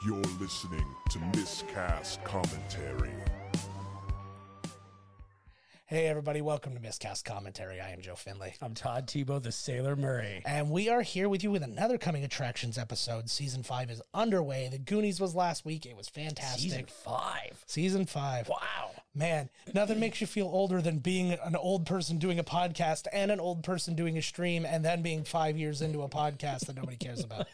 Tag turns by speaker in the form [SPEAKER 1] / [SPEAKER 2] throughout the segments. [SPEAKER 1] You're listening to Miscast Commentary.
[SPEAKER 2] Hey, everybody, welcome to Miscast Commentary. I am Joe Finley.
[SPEAKER 3] I'm Todd Tebow, the Sailor Murray.
[SPEAKER 2] And we are here with you with another coming attractions episode. Season five is underway. The Goonies was last week. It was fantastic.
[SPEAKER 3] Season
[SPEAKER 2] Season,
[SPEAKER 3] five.
[SPEAKER 2] five.
[SPEAKER 3] Wow.
[SPEAKER 2] Man, nothing makes you feel older than being an old person doing a podcast and an old person doing a stream and then being five years into a podcast that nobody cares about.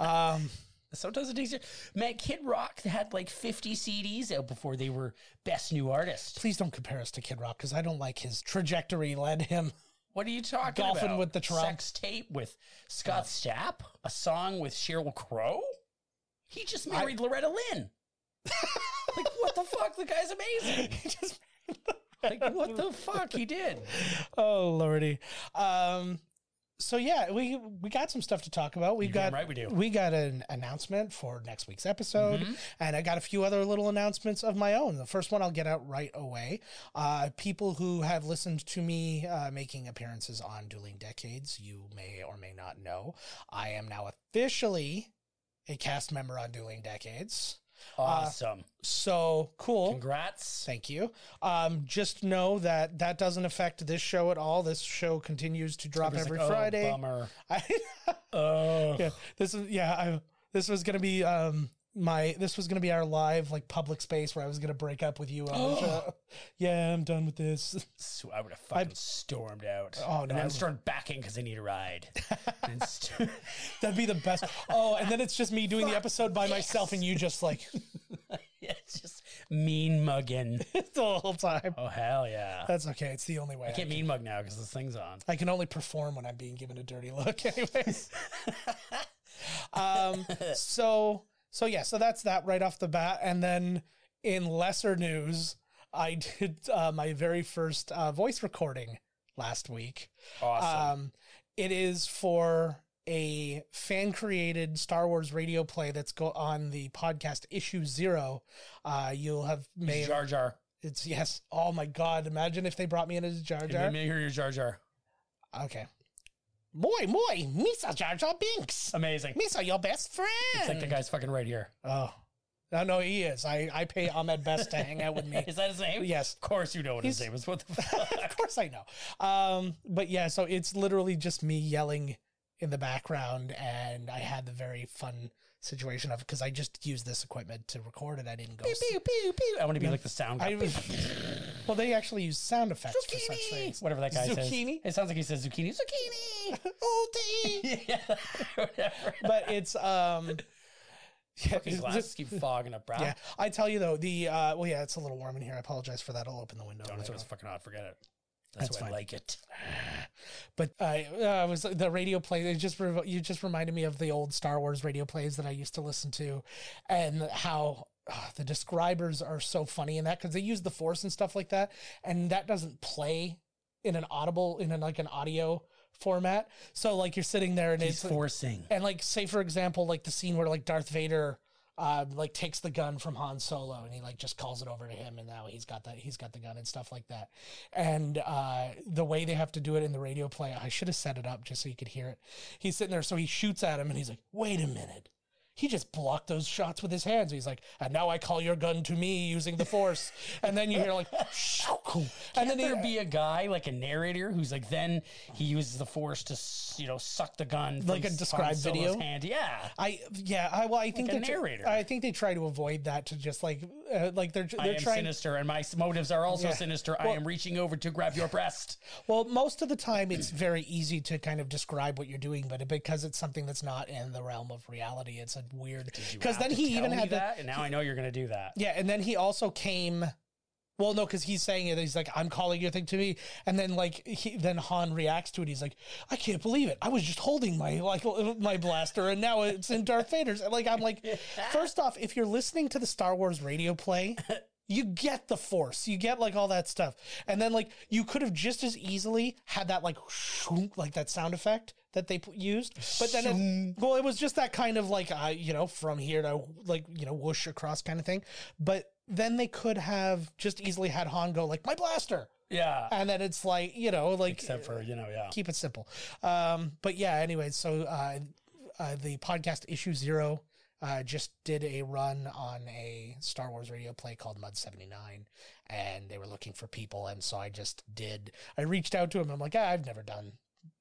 [SPEAKER 2] Um,
[SPEAKER 3] Sometimes it takes you. Matt Kid Rock had like 50 CDs out before they were best new artist.
[SPEAKER 2] Please don't compare us to Kid Rock because I don't like his trajectory led him.
[SPEAKER 3] What are you talking
[SPEAKER 2] Golfing
[SPEAKER 3] about?
[SPEAKER 2] with the Trump.
[SPEAKER 3] Sex tape with Scott Stapp? A song with Cheryl Crow? He just married Loretta Lynn. like, what the fuck? The guy's amazing. like, what the fuck? He did.
[SPEAKER 2] Oh lordy. Um so yeah, we we got some stuff to talk about. We
[SPEAKER 3] damn
[SPEAKER 2] got
[SPEAKER 3] right we do.
[SPEAKER 2] We got an announcement for next week's episode,
[SPEAKER 3] Mm-hmm.
[SPEAKER 2] and I got a few other little announcements of my own. The first one I'll get out right away. Uh, people who have listened to me uh, making appearances on Dueling Decades, you may or may not know, I am now officially a cast member on Dueling Decades.
[SPEAKER 3] Awesome.
[SPEAKER 2] So cool.
[SPEAKER 3] Congrats.
[SPEAKER 2] Thank you. Um, just know that that doesn't affect this show at all. This show continues to drop
[SPEAKER 3] Everybody's
[SPEAKER 2] every
[SPEAKER 3] like, oh,
[SPEAKER 2] Friday.
[SPEAKER 3] bummer.
[SPEAKER 2] I,
[SPEAKER 3] Oh.
[SPEAKER 2] yeah, this is yeah. I, this was gonna be um my this was gonna be our live like public space where I was gonna break up with you on the show. Yeah, I'm done with this.
[SPEAKER 3] So I would have fucking stormed out.
[SPEAKER 2] Oh, no,
[SPEAKER 3] And
[SPEAKER 2] I
[SPEAKER 3] then
[SPEAKER 2] would-
[SPEAKER 3] started backing because I need a ride. and st-
[SPEAKER 2] That'd be the best. Oh, and then it's just me doing the episode by myself and you just like
[SPEAKER 3] yeah, it's just mean mugging.
[SPEAKER 2] the whole time.
[SPEAKER 3] Oh hell yeah!
[SPEAKER 2] That's okay. It's the only way. I
[SPEAKER 3] I
[SPEAKER 2] can,
[SPEAKER 3] can't mean mug now because this thing's on.
[SPEAKER 2] I can only perform when I'm being given a dirty look. Anyways. um. So so yeah. So that's that right off the bat, and then in lesser news, I did uh, my very first uh, voice recording last week.
[SPEAKER 3] Awesome.
[SPEAKER 2] Um, it is for a fan created Star Wars radio play that's go on the podcast issue zero. Uh, you'll have made
[SPEAKER 3] Jar Jar.
[SPEAKER 2] it's yes. Oh my god! Imagine if they brought me in as Jar
[SPEAKER 3] Jar?
[SPEAKER 2] Jar.
[SPEAKER 3] Make her your Jar Jar.
[SPEAKER 2] Okay. Moi moi, Misa Jar Jar Binks.
[SPEAKER 3] Amazing.
[SPEAKER 2] Misa, your best friend.
[SPEAKER 3] It's like the guy's fucking right here.
[SPEAKER 2] oh, no, no, he is. I I pay Ahmed Best to hang out with me.
[SPEAKER 3] Is that his name?
[SPEAKER 2] Yes.
[SPEAKER 3] Of course you know what his
[SPEAKER 2] He's-
[SPEAKER 3] name is. What the fuck?
[SPEAKER 2] of course I know. Um, but yeah, so it's literally just me yelling in the background, and I had the very fun situation of because I just used this equipment to record it. I didn't go.
[SPEAKER 3] pew, pew, pew. I want to be like the sound guy.
[SPEAKER 2] I was, well, they actually use sound effects for such
[SPEAKER 3] zucchini.
[SPEAKER 2] things.
[SPEAKER 3] Whatever that guy says.
[SPEAKER 2] Zucchini?
[SPEAKER 3] It sounds like he says zucchini. Zucchini.
[SPEAKER 2] Oh, dang.
[SPEAKER 3] yeah. Whatever.
[SPEAKER 2] but it's um, yeah,
[SPEAKER 3] Fucking glasses keep fogging up, bro.
[SPEAKER 2] yeah. I tell you though, the uh, well, yeah, it's a little warm in here. I apologize for that. I'll open the window.
[SPEAKER 3] Oh,
[SPEAKER 2] later.
[SPEAKER 3] that's what it's fucking hot. Forget it. That's,
[SPEAKER 2] That's
[SPEAKER 3] why
[SPEAKER 2] fine.
[SPEAKER 3] I like it.
[SPEAKER 2] But I uh, was the radio play. It just rev- you just reminded me of the old Star Wars radio plays that I used to listen to, and how uh, the describers are so funny in that because they use the Force and stuff like that, and that doesn't play in an audible in an, like an audio format. So like you're sitting there and
[SPEAKER 3] He's
[SPEAKER 2] it's
[SPEAKER 3] forcing.
[SPEAKER 2] and like say for example like the scene where like Darth Vader. Um, like takes the gun from Han Solo and he like just calls it over to him and now he's got that he's got the gun and stuff like that, and uh, the way they have to do it in the radio play I should have set it up just so you could hear it. He's sitting there so he shoots at him and he's like, wait a minute, he just blocked those shots with his hands. He's like, and now I call your gun to me using the force, and then you hear like, and then
[SPEAKER 3] There
[SPEAKER 2] he,
[SPEAKER 3] be a guy like a narrator who's like, then he uses the force to s- you know suck the gun from
[SPEAKER 2] Like a
[SPEAKER 3] Han
[SPEAKER 2] described
[SPEAKER 3] Solo's
[SPEAKER 2] video?
[SPEAKER 3] Hand. Yeah,
[SPEAKER 2] I yeah I well I think
[SPEAKER 3] Like a
[SPEAKER 2] they're tr-
[SPEAKER 3] narrator.
[SPEAKER 2] I think they try to avoid that to just like uh, like they're
[SPEAKER 3] I
[SPEAKER 2] they're
[SPEAKER 3] am
[SPEAKER 2] trying
[SPEAKER 3] sinister, and my s- motives are also
[SPEAKER 2] Yeah.
[SPEAKER 3] sinister. I am reaching over to grab your breast.
[SPEAKER 2] Well, most of the time it's very easy to kind of describe what you're doing, but because it's something that's not in the realm of reality, it's a weird.
[SPEAKER 3] You
[SPEAKER 2] Because
[SPEAKER 3] have
[SPEAKER 2] then
[SPEAKER 3] to
[SPEAKER 2] he
[SPEAKER 3] tell
[SPEAKER 2] even
[SPEAKER 3] me
[SPEAKER 2] had to.
[SPEAKER 3] that, and now I know you're going to do that.
[SPEAKER 2] Yeah, and then he also came. Well, no, because he's saying it. He's like, "I'm calling your thing to me," and then like he, then Han reacts to it. He's like, "I can't believe it. I was just holding my like my blaster, and now it's in Darth Vader's." And, like I'm like, first off, if you're listening to the Star Wars radio play. You get the force, you get like all that stuff, and then like you could have just as easily had that like shoonk, like that sound effect that they p- used, but then it, well, it was just that kind of like uh, you know from here to like you know whoosh across kind of thing, but then they could have just easily had Han go like my blaster,
[SPEAKER 3] Yeah,
[SPEAKER 2] and then it's like you know like
[SPEAKER 3] except for you know, yeah.
[SPEAKER 2] keep it simple. Um, but yeah, anyways, so uh, uh, the podcast issue zero uh, just did a run on a Star Wars radio play called Mud 79, and they were looking for people. And so I just did, I reached out to him. I'm like, ah, I've never done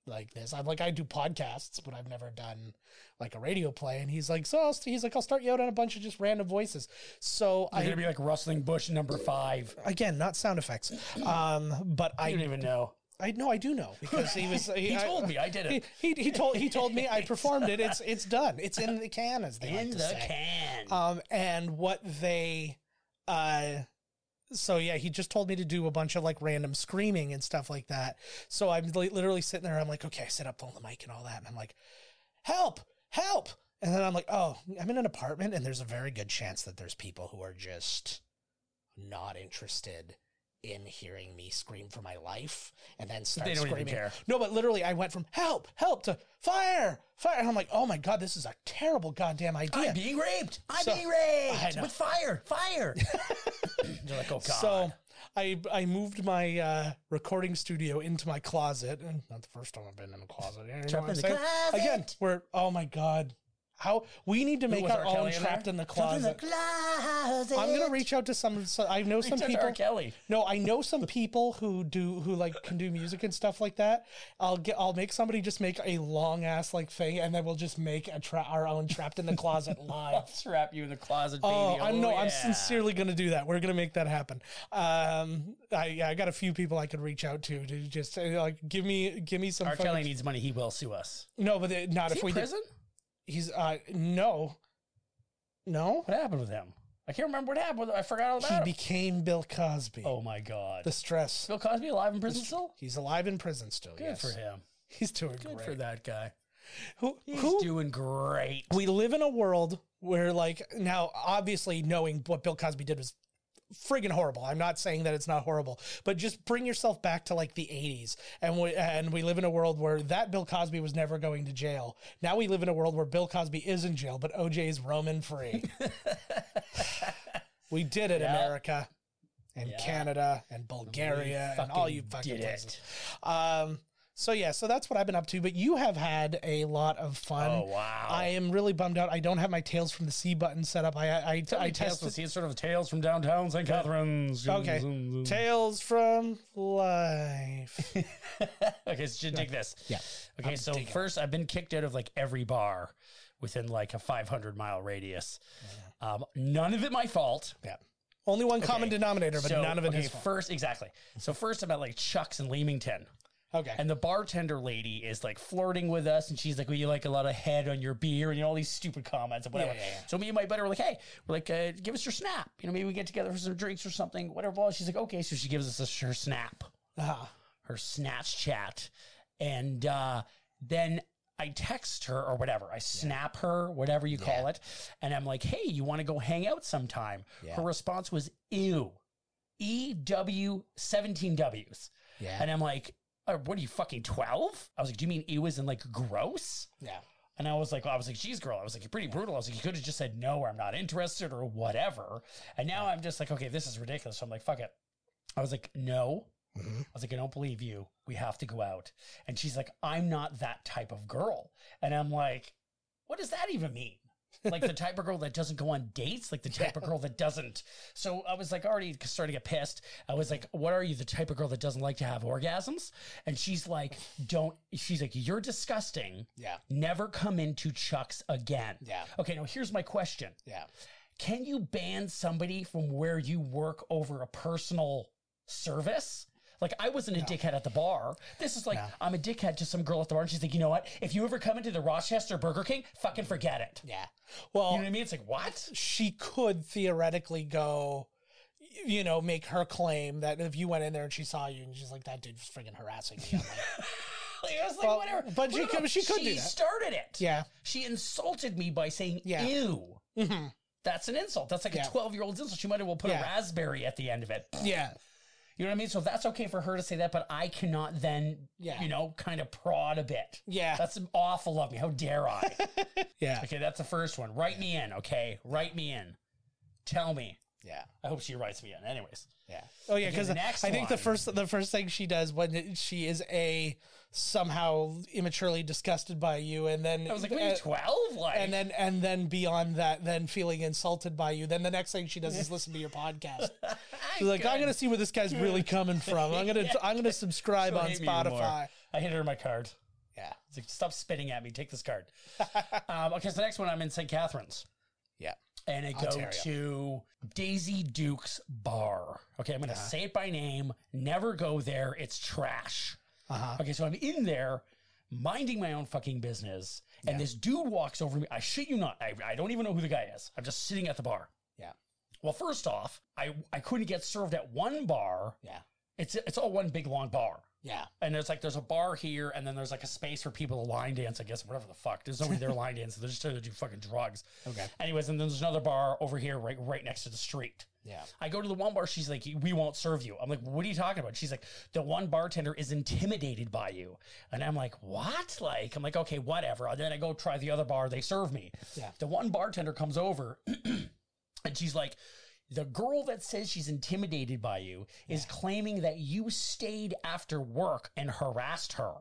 [SPEAKER 2] like this. I'm like, I do podcasts, but I've never done like a radio play. And he's like, so I'll, st-" he's like, I'll start you out on a bunch of just random voices. So
[SPEAKER 3] I'm
[SPEAKER 2] I,
[SPEAKER 3] gonna be like rustling bush number five.
[SPEAKER 2] again, not sound effects. Um, but
[SPEAKER 3] I don't
[SPEAKER 2] I,
[SPEAKER 3] even know.
[SPEAKER 2] I know I do know because he was,
[SPEAKER 3] He
[SPEAKER 2] I-
[SPEAKER 3] told me I did
[SPEAKER 2] he,
[SPEAKER 3] it
[SPEAKER 2] he, he told he told me I performed it. It's it's done. It's in the can, as they like
[SPEAKER 3] in
[SPEAKER 2] to
[SPEAKER 3] the
[SPEAKER 2] say.
[SPEAKER 3] can.
[SPEAKER 2] Um, and what they, uh, so yeah, he just told me to do a bunch of like random screaming and stuff like that. So I'm li- literally sitting there. I'm like, okay, I sit up on the mic and all that, and I'm like, help, help. And then I'm like, oh, I'm in an apartment, and there's a very good chance that there's people who are just not interested in hearing me scream for my life, and then start
[SPEAKER 3] they don't even
[SPEAKER 2] screaming.
[SPEAKER 3] care.
[SPEAKER 2] No, but literally, I went from help, help to fire, fire, and I'm like, oh my god, this is a terrible goddamn idea.
[SPEAKER 3] I'm being raped. I'm
[SPEAKER 2] So-
[SPEAKER 3] being
[SPEAKER 2] I
[SPEAKER 3] raped
[SPEAKER 2] know.
[SPEAKER 3] with fire. Fire. They're like, oh god.
[SPEAKER 2] So I I moved my uh, recording studio into my closet. And Not the first time I've been in a closet. You know what
[SPEAKER 3] Trapped
[SPEAKER 2] I'm
[SPEAKER 3] in the
[SPEAKER 2] saying?
[SPEAKER 3] closet.
[SPEAKER 2] Again, we're oh my god, how we need to make
[SPEAKER 3] was
[SPEAKER 2] our
[SPEAKER 3] R.
[SPEAKER 2] own
[SPEAKER 3] Kelly in
[SPEAKER 2] trapped
[SPEAKER 3] there?
[SPEAKER 2] in the
[SPEAKER 3] Trapped in the
[SPEAKER 2] closet.
[SPEAKER 3] closet.
[SPEAKER 2] I'm gonna reach out to some. So I know some
[SPEAKER 3] Reach out to R.
[SPEAKER 2] people.
[SPEAKER 3] Kelly.
[SPEAKER 2] No, I know some people who do who like can do music and stuff like that. I'll get I'll make somebody just make a long ass like thing, and then we'll just make a tra- our own trapped in the closet live.
[SPEAKER 3] Trap you in the closet, baby.
[SPEAKER 2] Oh, I'm no, I'm
[SPEAKER 3] yeah.
[SPEAKER 2] sincerely going to do that. We're going to make that happen. Um, I yeah, I got a few people I could reach out to to just uh, like give me give me some.
[SPEAKER 3] R.
[SPEAKER 2] fucking-
[SPEAKER 3] Kelly needs money. He will sue us.
[SPEAKER 2] No, but they, not
[SPEAKER 3] Is
[SPEAKER 2] if
[SPEAKER 3] he
[SPEAKER 2] we
[SPEAKER 3] in
[SPEAKER 2] did-
[SPEAKER 3] prison?
[SPEAKER 2] He's uh no, no.
[SPEAKER 3] What happened with him? I can't remember what happened. I forgot all about
[SPEAKER 2] He
[SPEAKER 3] him.
[SPEAKER 2] became Bill Cosby.
[SPEAKER 3] oh my god.
[SPEAKER 2] the stress.
[SPEAKER 3] Bill Cosby alive in prison still?
[SPEAKER 2] He's alive in prison still.
[SPEAKER 3] Good
[SPEAKER 2] yes,
[SPEAKER 3] for him.
[SPEAKER 2] he's doing
[SPEAKER 3] Good
[SPEAKER 2] great.
[SPEAKER 3] for that guy.
[SPEAKER 2] Who
[SPEAKER 3] He's
[SPEAKER 2] who
[SPEAKER 3] doing great.
[SPEAKER 2] we live in a world where like now obviously knowing what bill cosby did was friggin' horrible i'm not saying that it's not horrible but just bring yourself back to like the 80s and we and we live in a world where that bill cosby was never going to jail now we live in a world where bill cosby is in jail but oj is roaming free we did it
[SPEAKER 3] Yeah.
[SPEAKER 2] america and
[SPEAKER 3] Yeah.
[SPEAKER 2] canada and bulgaria and all you fucking
[SPEAKER 3] did
[SPEAKER 2] places
[SPEAKER 3] it.
[SPEAKER 2] um so yeah so that's what i've been up to but you have had a lot of fun
[SPEAKER 3] Oh wow.
[SPEAKER 2] I am really bummed out. I don't have my Tails from the Sea button set up. I I, I,
[SPEAKER 3] I tested
[SPEAKER 2] tested
[SPEAKER 3] see sort of tales from downtown St. Catharines.
[SPEAKER 2] Okay. Tails from Life.
[SPEAKER 3] okay, so you dig this.
[SPEAKER 2] Yeah.
[SPEAKER 3] Okay, so
[SPEAKER 2] digging it.
[SPEAKER 3] first I've been kicked out of like every bar within like a 500 mile radius. Um, none of it my fault.
[SPEAKER 2] yeah. Only one common
[SPEAKER 3] Okay.
[SPEAKER 2] denominator, but
[SPEAKER 3] So,
[SPEAKER 2] none of it is.
[SPEAKER 3] okay,
[SPEAKER 2] his fault.
[SPEAKER 3] First, exactly. So first, I'm at like Chuck's in Leamington,
[SPEAKER 2] Okay.
[SPEAKER 3] and the bartender lady is like flirting with us, and she's like, "Well, you like a lot of head on your beer," and you know, all these stupid comments and whatever.
[SPEAKER 2] Yeah, yeah, yeah.
[SPEAKER 3] So me and my buddy were like, "Hey, we're like, uh, give us your snap. You know, maybe we get together for some drinks or something, whatever." Blah. She's like, "Okay," so she gives us a, her snap
[SPEAKER 2] Uh-huh.
[SPEAKER 3] her Snapchat, and uh, then I text her or whatever. I snap her, whatever you call it, and I'm like, "Hey, you want to go hang out sometime?"
[SPEAKER 2] Yeah.
[SPEAKER 3] Her response was, "Ew, E W seventeen Ws,"
[SPEAKER 2] Yeah.
[SPEAKER 3] and I'm like, "Uh, "What are you fucking 12? I was like, "Do you mean ew is in like gross?"
[SPEAKER 2] yeah.
[SPEAKER 3] And I was like, well, I was like, geez, girl, I was like, you're pretty brutal. I was like, you could have just said no, or I'm not interested, or whatever. And now I'm just like, okay, this is ridiculous. So I'm like, fuck it. I was like, no. I was like, I don't believe you. We have to go out. And she's like, I'm not that type of girl. And I'm like, what does that even mean? like the type of girl that doesn't go on dates, like the type of girl that doesn't. So I was like already starting to get pissed. I was like, "What are you? The type of girl that doesn't like to have orgasms?" And she's like, "Don't." She's like, "You're disgusting."
[SPEAKER 2] Yeah.
[SPEAKER 3] never come into Chuck's again.
[SPEAKER 2] Yeah.
[SPEAKER 3] Okay, now here's my question.
[SPEAKER 2] Yeah.
[SPEAKER 3] Can you ban somebody from where you work over a personal service? Like I wasn't a dickhead at the bar. This is like I'm a dickhead to some girl at the bar and she's like, "You know what? If you ever come into the Rochester Burger King, fucking forget it."
[SPEAKER 2] Yeah. Well,
[SPEAKER 3] You know what I mean? It's like, "What?"
[SPEAKER 2] she could theoretically go, y- you know, make her claim that if you went in there and she saw you and she's like, that dude's friggin' harassing me. I'm like,
[SPEAKER 3] Like, I was like,
[SPEAKER 2] Well,
[SPEAKER 3] whatever.
[SPEAKER 2] but she
[SPEAKER 3] What
[SPEAKER 2] could-
[SPEAKER 3] about-
[SPEAKER 2] she could
[SPEAKER 3] she
[SPEAKER 2] do that.
[SPEAKER 3] started it.
[SPEAKER 2] yeah.
[SPEAKER 3] She insulted me by saying,
[SPEAKER 2] Yeah.
[SPEAKER 3] ew.
[SPEAKER 2] Mhm.
[SPEAKER 3] That's an insult. That's like
[SPEAKER 2] Yeah.
[SPEAKER 3] a 12 year old's insult. She might as well put
[SPEAKER 2] Yeah.
[SPEAKER 3] a raspberry at the end of it.
[SPEAKER 2] Yeah.
[SPEAKER 3] You know what I mean? So that's okay for her to say that, but I cannot then,
[SPEAKER 2] Yeah.
[SPEAKER 3] you know, kind of prod a bit.
[SPEAKER 2] Yeah.
[SPEAKER 3] That's awful of me. How dare I?
[SPEAKER 2] yeah.
[SPEAKER 3] okay, that's the first one. Write me in, okay? Write me in. Tell me.
[SPEAKER 2] Yeah.
[SPEAKER 3] I hope she writes me in. Anyways.
[SPEAKER 2] Yeah. Oh yeah,
[SPEAKER 3] Okay,
[SPEAKER 2] because
[SPEAKER 3] the next
[SPEAKER 2] I think the
[SPEAKER 3] line.
[SPEAKER 2] first the first thing she does when she is a somehow immaturely disgusted by you, and then
[SPEAKER 3] I was like, maybe
[SPEAKER 2] uh,
[SPEAKER 3] twelve, like,
[SPEAKER 2] and then and then beyond that, then feeling insulted by you. Then the next thing she does is listen to your podcast. She's like, I'm gonna see where this guy's really coming from. I'm gonna I'm gonna subscribe
[SPEAKER 3] She'll
[SPEAKER 2] on
[SPEAKER 3] hate me even more.
[SPEAKER 2] Spotify.
[SPEAKER 3] I handed her my card.
[SPEAKER 2] Yeah,
[SPEAKER 3] It's like, stop spitting at me. Take this card. um, okay, so the next one, I'm in St. Catharines.
[SPEAKER 2] yeah.
[SPEAKER 3] and I go
[SPEAKER 2] Ontario.
[SPEAKER 3] to Daisy Duke's bar. Okay, I'm gonna
[SPEAKER 2] Uh-huh.
[SPEAKER 3] say it by name. Never go there. It's trash.
[SPEAKER 2] Uh-huh.
[SPEAKER 3] Okay, so I'm in there, minding my own fucking business, and this dude walks over me. I shit you not. I, I don't even know who the guy is. I'm just sitting at the bar.
[SPEAKER 2] Yeah.
[SPEAKER 3] Well, first off, I I couldn't get served at one bar.
[SPEAKER 2] Yeah.
[SPEAKER 3] It's it's all one big long bar.
[SPEAKER 2] Yeah.
[SPEAKER 3] And there's like there's a bar here, and then there's like a space for people to line dance, I guess, whatever the fuck. There's nobody there line dancing. They're just there to do fucking drugs.
[SPEAKER 2] Okay.
[SPEAKER 3] Anyways, and then there's another bar over here, right, right next to the street.
[SPEAKER 2] Yeah.
[SPEAKER 3] I go to the one bar. She's like, "We won't serve you." I'm like, "What are you talking about?" She's like, "The one bartender is intimidated by you," and I'm like, "What?" Like, I'm like, "Okay, whatever." And then I go try the other bar. They serve me.
[SPEAKER 2] Yeah.
[SPEAKER 3] The one bartender comes over, and she's like. The girl that says she's intimidated by you is claiming that you stayed after work and harassed her.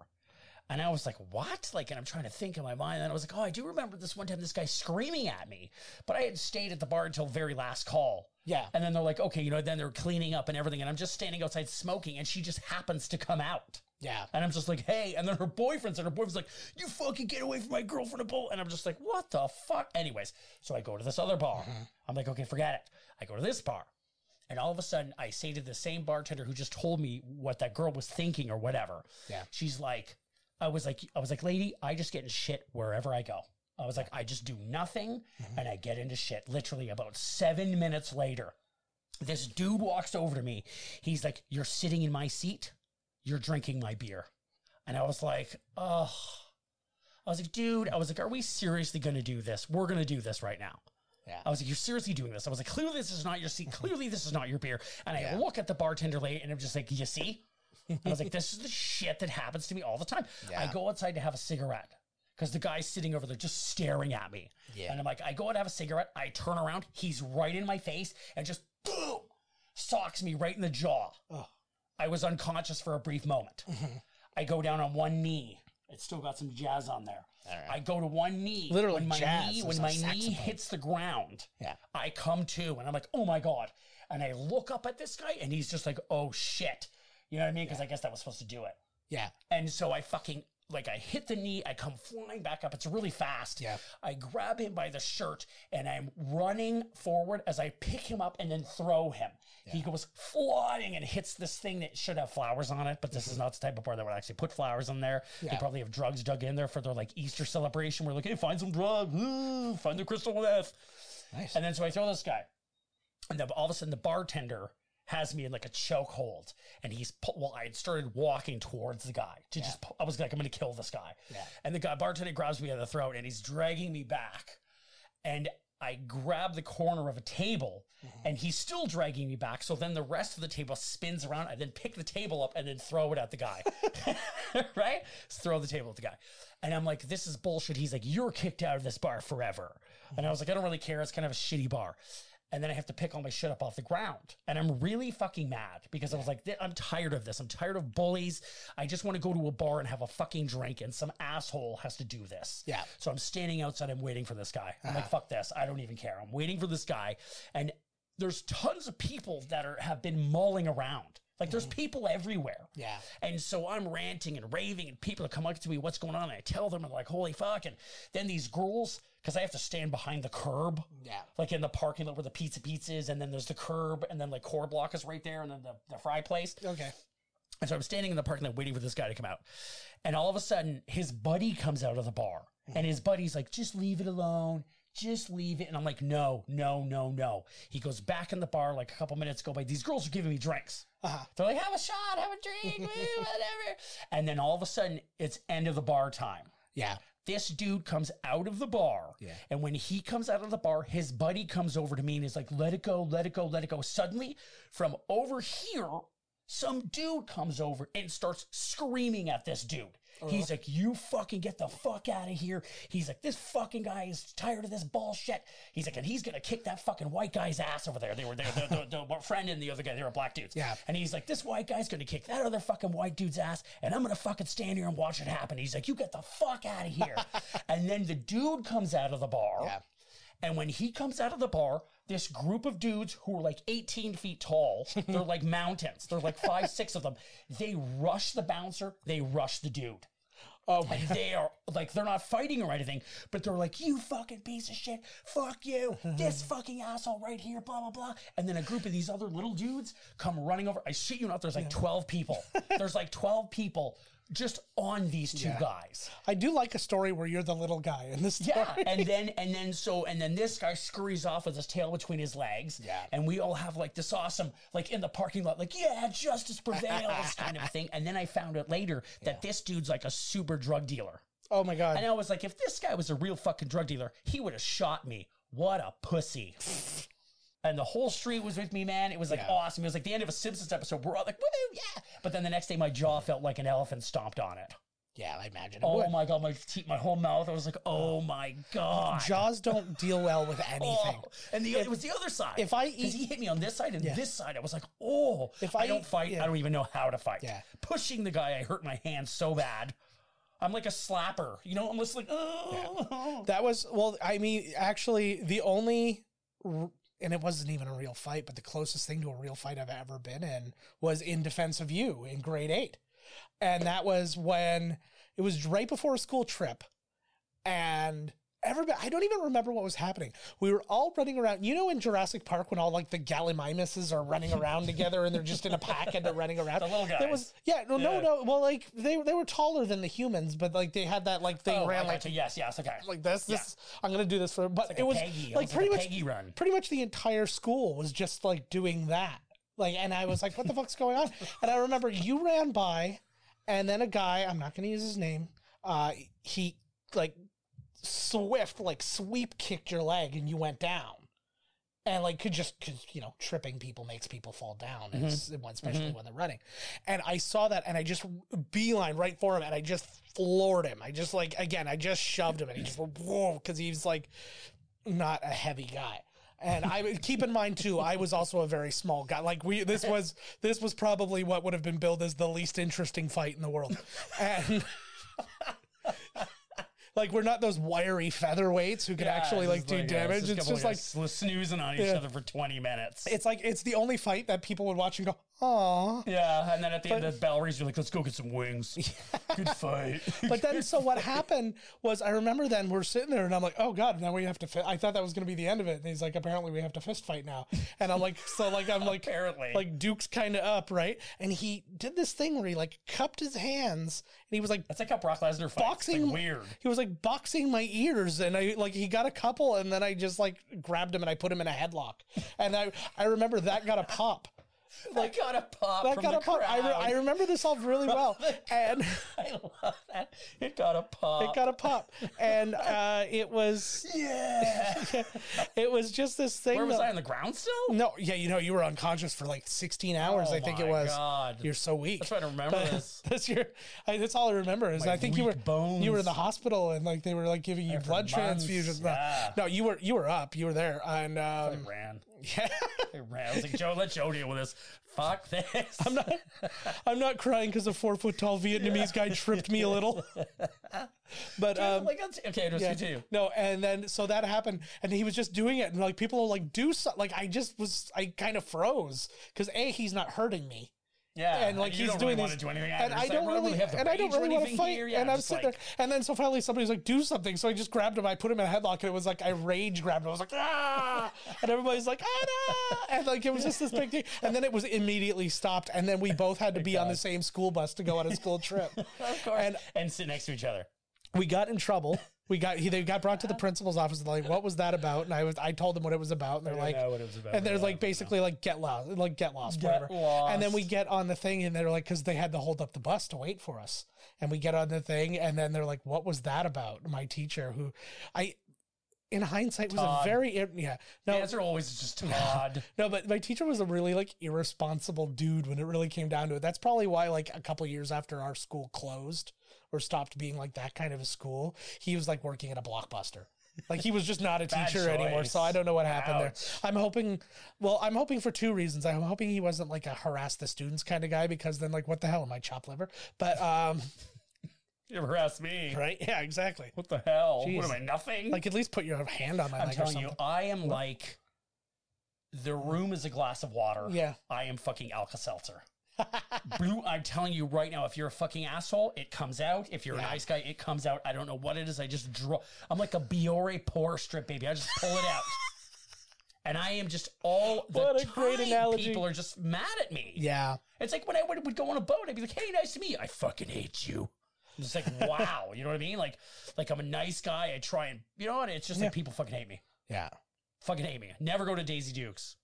[SPEAKER 3] And I was like, what? Like, and I'm trying to think in my mind. And I was like, oh, I do remember this one time this guy screaming at me, but I had stayed at the bar until very last call.
[SPEAKER 2] Yeah.
[SPEAKER 3] And then they're like, okay, you know, then they're cleaning up and everything. And I'm just standing outside smoking, and she just happens to come out.
[SPEAKER 2] Yeah.
[SPEAKER 3] And I'm just like, hey. And then her boyfriend's and her boyfriend's like, you fucking get away from my girlfriend, a bull. And I'm just like, what the fuck? Anyways, so I go to this other bar. I'm like, okay, forget it. I go to this bar. And all of a sudden, I say to the same bartender who just told me what that girl was thinking or whatever.
[SPEAKER 2] Yeah.
[SPEAKER 3] She's like, I was like, I was like, lady, I just get in shit wherever I go. I was like, I just do nothing
[SPEAKER 2] Mm-hmm.
[SPEAKER 3] and I get into shit. Literally about seven minutes later, this dude walks over to me. He's like, You're sitting in my seat, you're drinking my beer. And I was like, Oh, I was like, dude, I was like, Are we seriously going to do this? We're going to do this right now.
[SPEAKER 2] Yeah.
[SPEAKER 3] I was like, you're seriously doing this. I was like, clearly this is not your seat. Clearly this is not your beer. And I
[SPEAKER 2] Yeah.
[SPEAKER 3] look at the bartender lady and I'm just like, you see? I was like, this is the shit that happens to me all the time. I
[SPEAKER 2] Yeah.
[SPEAKER 3] go outside to have a cigarette because the guy's sitting over there just staring at me.
[SPEAKER 2] Yeah.
[SPEAKER 3] And I'm like, I go out to have a cigarette. I turn around. He's right in my face and just boom, socks me right in the jaw.
[SPEAKER 2] Ugh.
[SPEAKER 3] I was unconscious for a brief moment. I go down on one knee. It's still got some jazz on there. I go to one knee.
[SPEAKER 2] Literally
[SPEAKER 3] when my
[SPEAKER 2] jazz.
[SPEAKER 3] knee,
[SPEAKER 2] It
[SPEAKER 3] when
[SPEAKER 2] was
[SPEAKER 3] my
[SPEAKER 2] like
[SPEAKER 3] knee
[SPEAKER 2] saxophone.
[SPEAKER 3] hits the ground,
[SPEAKER 2] Yeah.
[SPEAKER 3] I come to and I'm like, oh my God. And I look up at this guy and he's just like, oh shit. You know what I mean? Because I guess that was supposed to do it.
[SPEAKER 2] Yeah.
[SPEAKER 3] And so I fucking like I hit the knee, I come flying back up. It's really fast.
[SPEAKER 2] Yeah.
[SPEAKER 3] I grab him by the shirt and I'm running forward as I pick him up and then throw him. He goes flying and hits this thing that should have flowers on it, but this is not the type of bar that would actually put flowers on there. They
[SPEAKER 2] Mm-hmm. Yeah.
[SPEAKER 3] probably have drugs dug in there for their like Easter celebration. We're like, hey, find some drug, Ooh, find the crystal meth.
[SPEAKER 2] Nice.
[SPEAKER 3] And then so I throw this guy, and then all of a sudden the bartender has me in like a chokehold, and he's pu- well, I had started walking towards the guy to just pu- I was like I'm gonna kill this guy,
[SPEAKER 2] Yeah.
[SPEAKER 3] and the guy bartender grabs me by the throat and he's dragging me back, and. I grab the corner of a table
[SPEAKER 2] Mm-hmm.
[SPEAKER 3] and he's still dragging me back. So then the rest of the table spins around. I then pick the table up and then throw it at the guy. right? Just throw the table at the guy. And I'm like, this is bullshit. He's like, you're kicked out of this bar forever. And I was like, I don't really care. It's kind of a shitty bar. And then I have to pick all my shit up off the ground. And I'm really fucking mad because I was like, "Th- I'm tired of this. I'm tired of bullies. I just want to go to a bar and have a fucking drink. And some asshole has to do this.
[SPEAKER 2] Yeah. Uh-huh.
[SPEAKER 3] So I'm standing outside. I'm waiting for this guy. I'm like, fuck this. I don't even care. I'm waiting for this guy. And there's tons of people that are have been mulling around. Like there's people everywhere.
[SPEAKER 2] Mm-hmm. Yeah.
[SPEAKER 3] And so I'm ranting and raving, and people are coming up to me, what's going on? And I tell them, and like, holy fuck. And then these girls, because I have to stand behind the curb,
[SPEAKER 2] Yeah.
[SPEAKER 3] like in the parking lot where the pizza pizza is, and then there's the curb, and then like core block is right there, and then the, the fry place.
[SPEAKER 2] Okay.
[SPEAKER 3] And so I'm standing in the parking lot waiting for this guy to come out. And all of a sudden, his buddy comes out of the bar. And his buddy's like, just leave it alone. Just leave it. And I'm like, no, no, no, no. He goes back in the bar like a couple minutes go by. These girls are giving me drinks.
[SPEAKER 2] Uh-huh.
[SPEAKER 3] They're like, have a shot, have a drink, woo, whatever. And then all of a sudden, it's end of the bar time.
[SPEAKER 2] Yeah.
[SPEAKER 3] This dude comes out of the bar.
[SPEAKER 2] Yeah.
[SPEAKER 3] And when he comes out of the bar, his buddy comes over to me and is like, let it go, let it go, let it go. Suddenly, from over here, some dude comes over and starts screaming at this dude. He's
[SPEAKER 2] Uh-huh.
[SPEAKER 3] like, you fucking get the fuck out of here. He's like, this fucking guy is tired of this bullshit. He's like, and he's gonna kick that fucking white guy's ass over there. They were there, the, the, the friend and the other guy, they were black dudes.
[SPEAKER 2] Yeah.
[SPEAKER 3] And he's like, this white guy's gonna kick that other fucking white dude's ass, and I'm gonna fucking stand here and watch it happen. He's like, you get the fuck out of here. and then the dude comes out of the bar.
[SPEAKER 2] Yeah.
[SPEAKER 3] And when he comes out of the bar, this group of dudes who are like 18 feet tall, they're like mountains. They're like five, six of them. They rush the bouncer, they rush the dude.
[SPEAKER 2] Oh my
[SPEAKER 3] And uh, they are like, they're not fighting or anything, but they're like, you fucking piece of shit. Fuck you. This fucking asshole right here, blah, blah, blah. And then a group of these other little dudes come running over. I shit you not, there's like 12 people. there's like 12 people just on these two guys.
[SPEAKER 2] I do like a story where you're the little guy in this story.
[SPEAKER 3] Yeah, and then and then so and then this guy scurries off with his tail between his legs.
[SPEAKER 2] Yeah.
[SPEAKER 3] and we all have like this awesome like in the parking lot like yeah justice prevails kind of thing. And then I found out later that this dude's like a super drug dealer.
[SPEAKER 2] Oh my god.
[SPEAKER 3] And I was like, if this guy was a real fucking drug dealer, he would have shot me. What a pussy. And the whole street was with me, man. It was like awesome. It was like the end of a Simpsons episode. We're all like, woo, yeah. But then the next day, my jaw felt like an elephant stomped on it.
[SPEAKER 2] Yeah, I imagine.
[SPEAKER 3] Oh my god, my teeth, my whole mouth. I was like, oh my god.
[SPEAKER 2] Jaws don't deal well with anything.
[SPEAKER 3] Oh, and the it was the other side.
[SPEAKER 2] if I
[SPEAKER 3] 'Cause he
[SPEAKER 2] eat-
[SPEAKER 3] hit me on this side and
[SPEAKER 2] Yeah.
[SPEAKER 3] this side, I was like, oh.
[SPEAKER 2] If
[SPEAKER 3] If
[SPEAKER 2] I
[SPEAKER 3] I, don't
[SPEAKER 2] eat-
[SPEAKER 3] fight,
[SPEAKER 2] yeah.
[SPEAKER 3] I don't even know how to fight.
[SPEAKER 2] Yeah.
[SPEAKER 3] Pushing the guy, I hurt my hand so bad. I'm like a slapper, you know. I'm just like, oh.
[SPEAKER 2] That was well. I mean, actually, the only r- and it wasn't even a real fight, but the closest thing to a real fight I've ever been in was in defense of you in grade eight, and that was when it was right before a school trip, and. Everybody, I don't even remember what was happening. We were all running around. You know, in Jurassic Park, when all like the Gallimimuses are running around together, and they're just in a pack and they're running around.
[SPEAKER 3] The little
[SPEAKER 2] There was, yeah, no, no,
[SPEAKER 3] Yeah.
[SPEAKER 2] no. Well, like they they were taller than the humans, but like they had that like thing
[SPEAKER 3] Oh, I
[SPEAKER 2] ran
[SPEAKER 3] got
[SPEAKER 2] like
[SPEAKER 3] you. yes, yes, okay.
[SPEAKER 2] like this. This I'm gonna do this for, but it
[SPEAKER 3] a
[SPEAKER 2] was like
[SPEAKER 3] Peggy, almost
[SPEAKER 2] pretty
[SPEAKER 3] like a
[SPEAKER 2] much
[SPEAKER 3] Peggy run.
[SPEAKER 2] pretty much the entire school was just like doing that. Like, and I was like, "What the fuck's going on?" And I remember you ran by, and then a guy I'm not gonna use his name. Uh, he like swift like sweep kicked your leg, and you went down. And like could just cause you know tripping people makes people fall down, and s- when- especially when they're running. And I saw that, and I just beeline right for him, and I just floored him. I just like again, I just shoved him, and he just went whoa because he was like not a heavy guy. And I keep in mind too, I was also a very small guy. Like we, this was this was probably what would have been billed as the least interesting fight in the world. And like we're not those wiry featherweights who can
[SPEAKER 3] Yeah,
[SPEAKER 2] actually
[SPEAKER 3] it's
[SPEAKER 2] like
[SPEAKER 3] just
[SPEAKER 2] do
[SPEAKER 3] yeah,
[SPEAKER 2] damage. It's
[SPEAKER 3] a
[SPEAKER 2] just
[SPEAKER 3] couple
[SPEAKER 2] like
[SPEAKER 3] of guys sl- snoozing on each
[SPEAKER 2] Yeah.
[SPEAKER 3] other for 20 minutes.
[SPEAKER 2] it's like it's the only fight that people would watch and go, "Aw."
[SPEAKER 3] yeah, and then at the end, the bell rings. You're like, let's go get some wings. Good fight.
[SPEAKER 2] But then, so what happened was, I remember then we're sitting there, and I'm like, "Oh God, now we have to." Fi-. I thought that was going to be the end of it, and he's like, "Apparently, we have to fist fight now." And I'm like, "So like, I'm like,
[SPEAKER 3] Apparently.
[SPEAKER 2] like Duke's kind of up, right?" And he did this thing where he like cupped his hands, and he was like
[SPEAKER 3] That's like how Brock Lesnar fights.
[SPEAKER 2] boxing
[SPEAKER 3] Like, weird.
[SPEAKER 2] He was like boxing my ears, and I like he got a couple, and then I just like grabbed him and I put him in a headlock, and I I remember that got a pop.
[SPEAKER 3] Like, got a pop
[SPEAKER 2] That
[SPEAKER 3] from
[SPEAKER 2] got
[SPEAKER 3] the
[SPEAKER 2] a pop. I, re-
[SPEAKER 3] crowd.
[SPEAKER 2] I remember this all really well, and.
[SPEAKER 3] I love that. It got a pop.
[SPEAKER 2] It got a pop, and uh, it was
[SPEAKER 3] yeah.
[SPEAKER 2] it was just this thing.
[SPEAKER 3] Where was
[SPEAKER 2] that-
[SPEAKER 3] I on the ground still?
[SPEAKER 2] No, yeah, you know, you were unconscious for like 16 hours.
[SPEAKER 3] Oh
[SPEAKER 2] I think
[SPEAKER 3] my
[SPEAKER 2] it was.
[SPEAKER 3] God.
[SPEAKER 2] You're so weak.
[SPEAKER 3] I'm trying to remember this.
[SPEAKER 2] That's your. I, that's all I remember is I think you were
[SPEAKER 3] weak bones.
[SPEAKER 2] you were in the hospital and like they were like giving you
[SPEAKER 3] for
[SPEAKER 2] blood
[SPEAKER 3] months,
[SPEAKER 2] transfusions. No,
[SPEAKER 3] yeah.
[SPEAKER 2] No, you were you were up. You were there, and
[SPEAKER 3] I
[SPEAKER 2] um,
[SPEAKER 3] ran.
[SPEAKER 2] yeah,
[SPEAKER 3] I ran. I was like, Joe, let Joe deal with this. Fuck this. I'm not.
[SPEAKER 2] I'm not crying because a four foot tall Vietnamese guy tripped me a little. But um,
[SPEAKER 3] like, that's- okay, just
[SPEAKER 2] Yeah.
[SPEAKER 3] continue.
[SPEAKER 2] No, and then so that happened, and he was just doing it, and like people are like, "Do something!" Like I just was, I kind of froze because a he's not hurting me,
[SPEAKER 3] Yeah,
[SPEAKER 2] and like
[SPEAKER 3] you
[SPEAKER 2] he's
[SPEAKER 3] don't
[SPEAKER 2] doing
[SPEAKER 3] really
[SPEAKER 2] this,
[SPEAKER 3] want to do anything.
[SPEAKER 2] and
[SPEAKER 3] either.
[SPEAKER 2] I
[SPEAKER 3] It's like,
[SPEAKER 2] don't
[SPEAKER 3] we
[SPEAKER 2] really,
[SPEAKER 3] have the
[SPEAKER 2] and I don't
[SPEAKER 3] rage or
[SPEAKER 2] really want to
[SPEAKER 3] anything
[SPEAKER 2] fight,
[SPEAKER 3] here. Yeah,
[SPEAKER 2] and I'm
[SPEAKER 3] just
[SPEAKER 2] sitting
[SPEAKER 3] like-
[SPEAKER 2] there, and then so finally somebody's like, "Do something!" So I just grabbed him, I put him in a headlock, and it was like I rage grabbed him, I was like, "Ah!" and everybody's like, "Ah!" no!" and like it was just this big thing, and then it was immediately stopped, and then we both had to be on the same school bus to go on a school trip.
[SPEAKER 3] of course,
[SPEAKER 2] and-
[SPEAKER 3] and, sit next to each other.
[SPEAKER 2] we got in trouble. We got he, they got brought to the principal's office and they're like, "What was that about?" And I was I told them what it was about, and they're like,
[SPEAKER 3] what it was about.
[SPEAKER 2] and they're
[SPEAKER 3] Yeah, I
[SPEAKER 2] like
[SPEAKER 3] don't
[SPEAKER 2] basically like get lost, like get lost,
[SPEAKER 3] Get
[SPEAKER 2] whatever. And then we
[SPEAKER 3] lost.
[SPEAKER 2] get on the thing and they're like, because they had to hold up the bus to wait for us, and we get on the thing and then they're like, "What was that about?" My teacher, who I, in hindsight, was a
[SPEAKER 3] Todd.
[SPEAKER 2] very yeah
[SPEAKER 3] know.
[SPEAKER 2] no.
[SPEAKER 3] The answer always is just Todd.
[SPEAKER 2] no, but my teacher was a really like irresponsible dude when it really came down to it. That's probably why like a couple years after our school closed, or stopped being like that kind of a school. He was like working at a blockbuster. Like he was just not a
[SPEAKER 3] Bad
[SPEAKER 2] teacher anymore.
[SPEAKER 3] choice.
[SPEAKER 2] So I don't know what happened there.
[SPEAKER 3] Ouch.
[SPEAKER 2] I'm hoping well, I'm hoping for two reasons. I'm hoping he wasn't like a harass the students kind of guy because then like what the hell am I chopped liver? But um
[SPEAKER 3] You harass me.
[SPEAKER 2] right? Yeah, exactly.
[SPEAKER 3] What the hell?
[SPEAKER 2] Jeez.
[SPEAKER 3] What am I? Nothing.
[SPEAKER 2] Like at least put your hand on my
[SPEAKER 3] I'm
[SPEAKER 2] leg or
[SPEAKER 3] telling
[SPEAKER 2] something.
[SPEAKER 3] you, I am like the room is a glass of water.
[SPEAKER 2] Yeah.
[SPEAKER 3] I am fucking Alka Seltzer. Blue, I'm telling you right now, if you're a fucking asshole, it comes out. If you're a
[SPEAKER 2] Yeah.
[SPEAKER 3] nice guy, it comes out. I don't know what it is. I just draw. I'm like a Biore pore strip, baby. I just pull it out. And I am just all the
[SPEAKER 2] What a
[SPEAKER 3] time.
[SPEAKER 2] great analogy.
[SPEAKER 3] People are just mad at me.
[SPEAKER 2] Yeah.
[SPEAKER 3] It's like when I would, would go on a boat, I'd be like, "Hey, nice to meet you." I fucking hate you. I'm just like, wow, you know what I mean? Like, like I'm a nice guy. I try and you know what? It's just
[SPEAKER 2] Yeah.
[SPEAKER 3] like people fucking hate me.
[SPEAKER 2] Yeah.
[SPEAKER 3] Fucking hate me. Never go to Daisy Dukes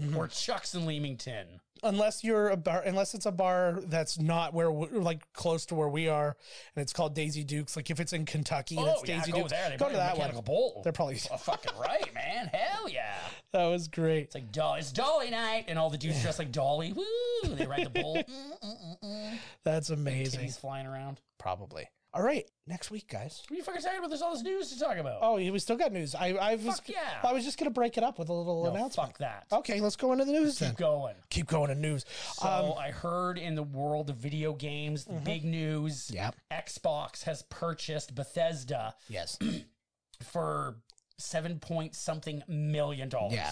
[SPEAKER 2] Mhm.
[SPEAKER 3] or Chuck's in Leamington.
[SPEAKER 2] unless you're a bar unless it's a bar that's not where we like close to where we are and it's called daisy dukes like if it's in kentucky and
[SPEAKER 3] oh
[SPEAKER 2] it's
[SPEAKER 3] yeah,
[SPEAKER 2] daisy
[SPEAKER 3] go
[SPEAKER 2] dukes
[SPEAKER 3] there. They
[SPEAKER 2] go to that
[SPEAKER 3] Mechanical
[SPEAKER 2] one
[SPEAKER 3] Bull.
[SPEAKER 2] they're probably
[SPEAKER 3] Oh, fucking right, man. Hell yeah.
[SPEAKER 2] that was great
[SPEAKER 3] It's like Dolly. It's Dolly night, and all the dudes dressed like Dolly. Woo! They ride the bull. Mm, mm, mm, mm.
[SPEAKER 2] that's amazing
[SPEAKER 3] Titties flying around.
[SPEAKER 2] probably all right next week guys
[SPEAKER 3] What are you fucking talking about? There's all this news to talk about.
[SPEAKER 2] oh yeah, we still got news i i was
[SPEAKER 3] Fuck yeah.
[SPEAKER 2] i was just gonna break it up with a little
[SPEAKER 3] No,
[SPEAKER 2] announcement Oh,
[SPEAKER 3] fuck that.
[SPEAKER 2] okay let's go into the news then
[SPEAKER 3] Keep going.
[SPEAKER 2] keep going to news Um,
[SPEAKER 3] So I heard in the world of video games, the big news.
[SPEAKER 2] mm-hmm. Yep.
[SPEAKER 3] Xbox has purchased Bethesda
[SPEAKER 2] yes
[SPEAKER 3] for seven point something million dollars.
[SPEAKER 2] Yeah.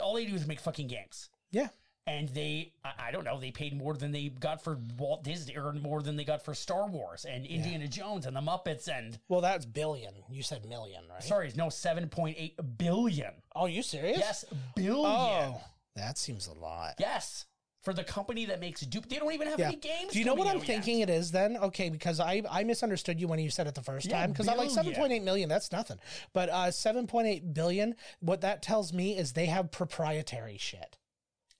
[SPEAKER 3] All they do is make fucking games.
[SPEAKER 2] yeah
[SPEAKER 3] And they, I, I don't know, they paid more than they got for Walt Disney or more than they got for Star Wars and Indiana Jones and the Muppets and,
[SPEAKER 2] well that's billion you said million right
[SPEAKER 3] sorry, no, 7.8 billion.
[SPEAKER 2] oh you serious
[SPEAKER 3] Yes, billion.
[SPEAKER 2] oh that seems a lot
[SPEAKER 3] Yes. For the company that makes Dupe. They don't even have
[SPEAKER 2] Yeah.
[SPEAKER 3] any games.
[SPEAKER 2] Do you know what
[SPEAKER 3] coming
[SPEAKER 2] I'm
[SPEAKER 3] out yet.
[SPEAKER 2] thinking it is then? Okay, because I, I misunderstood you when you said it the first
[SPEAKER 3] Yeah,
[SPEAKER 2] time because I'm like
[SPEAKER 3] billion.
[SPEAKER 2] 7.8 million, that's nothing. But uh, 7.8 billion, what that tells me is they have proprietary shit.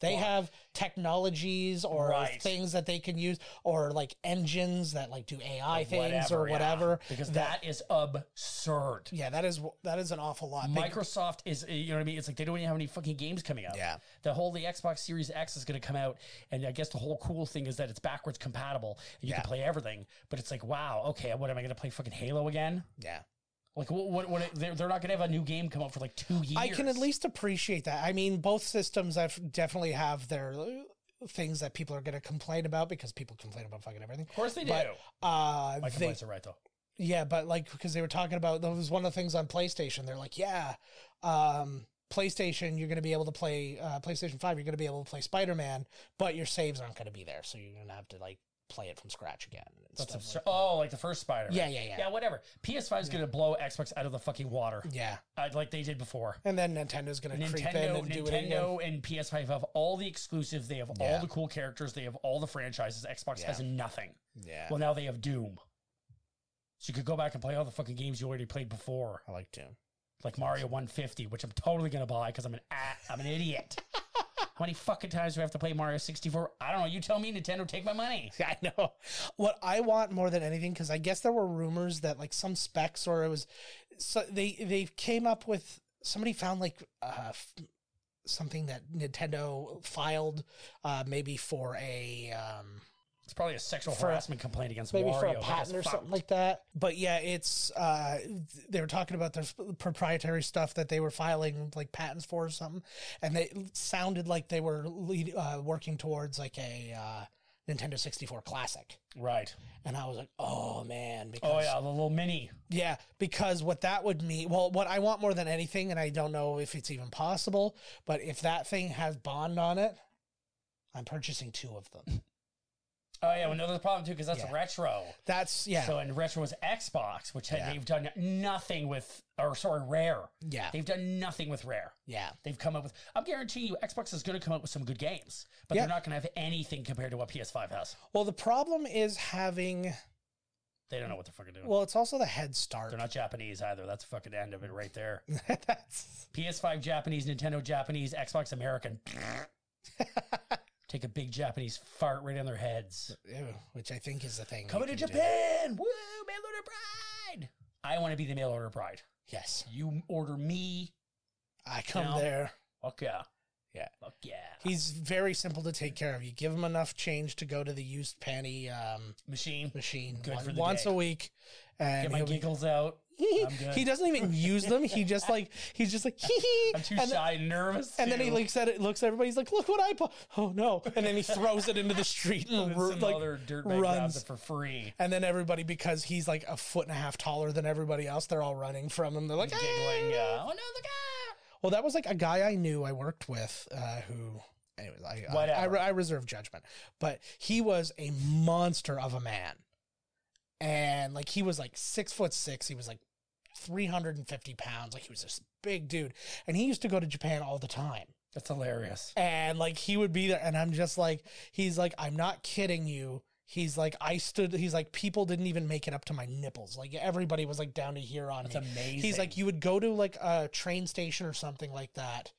[SPEAKER 2] They
[SPEAKER 3] Right.
[SPEAKER 2] have technologies or
[SPEAKER 3] Right.
[SPEAKER 2] things that they can use or like engines that like do AI things or
[SPEAKER 3] yeah.
[SPEAKER 2] whatever.
[SPEAKER 3] Because that is absurd.
[SPEAKER 2] yeah, that is that is an awful lot. They-
[SPEAKER 3] Microsoft is, uh, you know what I mean? It's like they don't even have any fucking games coming out.
[SPEAKER 2] Yeah.
[SPEAKER 3] The whole the Xbox Series X is going to come out, and I guess the whole cool thing is that it's backwards compatible, and you
[SPEAKER 2] Yeah.
[SPEAKER 3] can play everything. But it's like, wow, okay, what am I going to play fucking Halo again?
[SPEAKER 2] yeah.
[SPEAKER 3] Like, what? What? what they're, they're not going to have a new game come out for like two years.
[SPEAKER 2] I can at least appreciate that. I mean, both systems have definitely have their uh, things that people are going to complain about because people complain about fucking everything.
[SPEAKER 3] of course, they do.
[SPEAKER 2] but Uh,
[SPEAKER 3] My
[SPEAKER 2] they,
[SPEAKER 3] complaints are right though.
[SPEAKER 2] yeah, but like because they were talking about that was one of the things on PlayStation. They're like, yeah, um, PlayStation, you're going to be able to play uh, PlayStation Five. You're going to be able to play Spider Man, but your saves aren't going to be there, so you're going to have to like play it from scratch again. and
[SPEAKER 3] That's
[SPEAKER 2] stuff
[SPEAKER 3] absurd. oh, like the first Spider.
[SPEAKER 2] Yeah, yeah, yeah.
[SPEAKER 3] Yeah, whatever. PS5 is going to blow Xbox out of the fucking water,
[SPEAKER 2] like- yeah,
[SPEAKER 3] uh, like they did before.
[SPEAKER 2] and then Nintendo's going to creep in
[SPEAKER 3] Nintendo,
[SPEAKER 2] and do it again.
[SPEAKER 3] Nintendo, and PS5 have all the exclusives. They have
[SPEAKER 2] Yeah.
[SPEAKER 3] all the cool characters. They have all the franchises. Xbox
[SPEAKER 2] Yeah.
[SPEAKER 3] has nothing.
[SPEAKER 2] Yeah,
[SPEAKER 3] Well, now they have Doom, so you could go back and play all the fucking games you already played before,
[SPEAKER 2] I like Doom.
[SPEAKER 3] like Mario 150, which I'm totally gonna buy because I'm an a- I'm an idiot. How many fucking times do I have to play Mario 64? I don't know. You tell me, Nintendo, take my money.
[SPEAKER 2] I know. What I want more than anything, because I guess there were rumors that like some specs or it was, so they they came up with somebody found like uh, f- something that Nintendo filed, uh, maybe for a um,
[SPEAKER 3] It's probably a sexual
[SPEAKER 2] For a-
[SPEAKER 3] harassment complaint against
[SPEAKER 2] maybe
[SPEAKER 3] Wario.
[SPEAKER 2] for a
[SPEAKER 3] Like,
[SPEAKER 2] patent or
[SPEAKER 3] it's
[SPEAKER 2] something
[SPEAKER 3] fucked.
[SPEAKER 2] like that. But yeah, it's uh, th- they were talking about their sp- proprietary stuff that they were filing like patents for or something, and they it sounded like they were lead, uh, working towards like a uh, Nintendo sixty four classic.
[SPEAKER 3] right?
[SPEAKER 2] And I was like, oh man, because
[SPEAKER 3] Oh
[SPEAKER 2] yeah.
[SPEAKER 3] yeah, the little mini.
[SPEAKER 2] because what that would mean, well, what I want more than anything, and I don't know if it's even possible, but if that thing has Bond on it, I'm purchasing two of them.
[SPEAKER 3] Oh yeah, well, no, there's a problem too because that's
[SPEAKER 2] Yeah.
[SPEAKER 3] retro.
[SPEAKER 2] That's yeah,
[SPEAKER 3] So and retro was Xbox, which had
[SPEAKER 2] Yeah.
[SPEAKER 3] they've done nothing with, or sorry, Rare.
[SPEAKER 2] yeah,
[SPEAKER 3] They've done nothing with Rare.
[SPEAKER 2] yeah,
[SPEAKER 3] They've come up with. I'm guaranteeing you, Xbox is going to come up with some good games, but
[SPEAKER 2] Yeah.
[SPEAKER 3] they're not going to have anything compared to what PS5 has.
[SPEAKER 2] Well, the problem is having.
[SPEAKER 3] They don't know what they're fucking doing.
[SPEAKER 2] Well, it's also the head start.
[SPEAKER 3] they're not Japanese either. That's the fucking end of it right there.
[SPEAKER 2] That's
[SPEAKER 3] PS5 Japanese, Nintendo Japanese, Xbox American. Take a big Japanese fart right on their heads.
[SPEAKER 2] ew, which I think is the thing. we
[SPEAKER 3] Coming to
[SPEAKER 2] can do.
[SPEAKER 3] Japan! Woo! Mail order bride! I want to be the mail order bride.
[SPEAKER 2] Yes,
[SPEAKER 3] You order me.
[SPEAKER 2] I come
[SPEAKER 3] No.
[SPEAKER 2] there.
[SPEAKER 3] Fuck yeah.
[SPEAKER 2] Yeah.
[SPEAKER 3] Fuck yeah.
[SPEAKER 2] He's very simple to take care of. You give him enough change to go to the used panty um,
[SPEAKER 3] Machine.
[SPEAKER 2] machine
[SPEAKER 3] Good
[SPEAKER 2] one-
[SPEAKER 3] for the
[SPEAKER 2] once
[SPEAKER 3] day.
[SPEAKER 2] a week, and
[SPEAKER 3] Get my
[SPEAKER 2] he'll be-
[SPEAKER 3] giggles out.
[SPEAKER 2] he,
[SPEAKER 3] I'm good.
[SPEAKER 2] doesn't even use them. He just like he's just like hee hee.
[SPEAKER 3] I'm too
[SPEAKER 2] and,
[SPEAKER 3] shy and nervous.
[SPEAKER 2] and then he
[SPEAKER 3] too.
[SPEAKER 2] looks at it, looks at everybody. He's like, "Look what I put!" Oh no! And then he throws it into the street and
[SPEAKER 3] And
[SPEAKER 2] ru-
[SPEAKER 3] some
[SPEAKER 2] like
[SPEAKER 3] other dirtbag grabs
[SPEAKER 2] runs.
[SPEAKER 3] it for free.
[SPEAKER 2] And then everybody, because he's like a foot and a half taller than everybody else, they're all running from him. They're like,
[SPEAKER 3] Giggling.
[SPEAKER 2] "Ah!"
[SPEAKER 3] Uh, oh no, the guy.
[SPEAKER 2] Well, that was like a guy I knew I worked with uh, who, anyways, I, I, I,
[SPEAKER 3] Whatever.
[SPEAKER 2] I reserve judgment. But he was a monster of a man. And like he was like six foot six. He was like 350 pounds. Like he was this big dude. And he used to go to Japan all the time.
[SPEAKER 3] That's hilarious.
[SPEAKER 2] And like he would be there. And I'm just like, he's like, I'm not kidding you. He's like, I stood, he's like, people didn't even make it up to my nipples. Like everybody was like down to here on
[SPEAKER 3] That's
[SPEAKER 2] me.
[SPEAKER 3] amazing.
[SPEAKER 2] He's like, you would go to like a train station or something like that,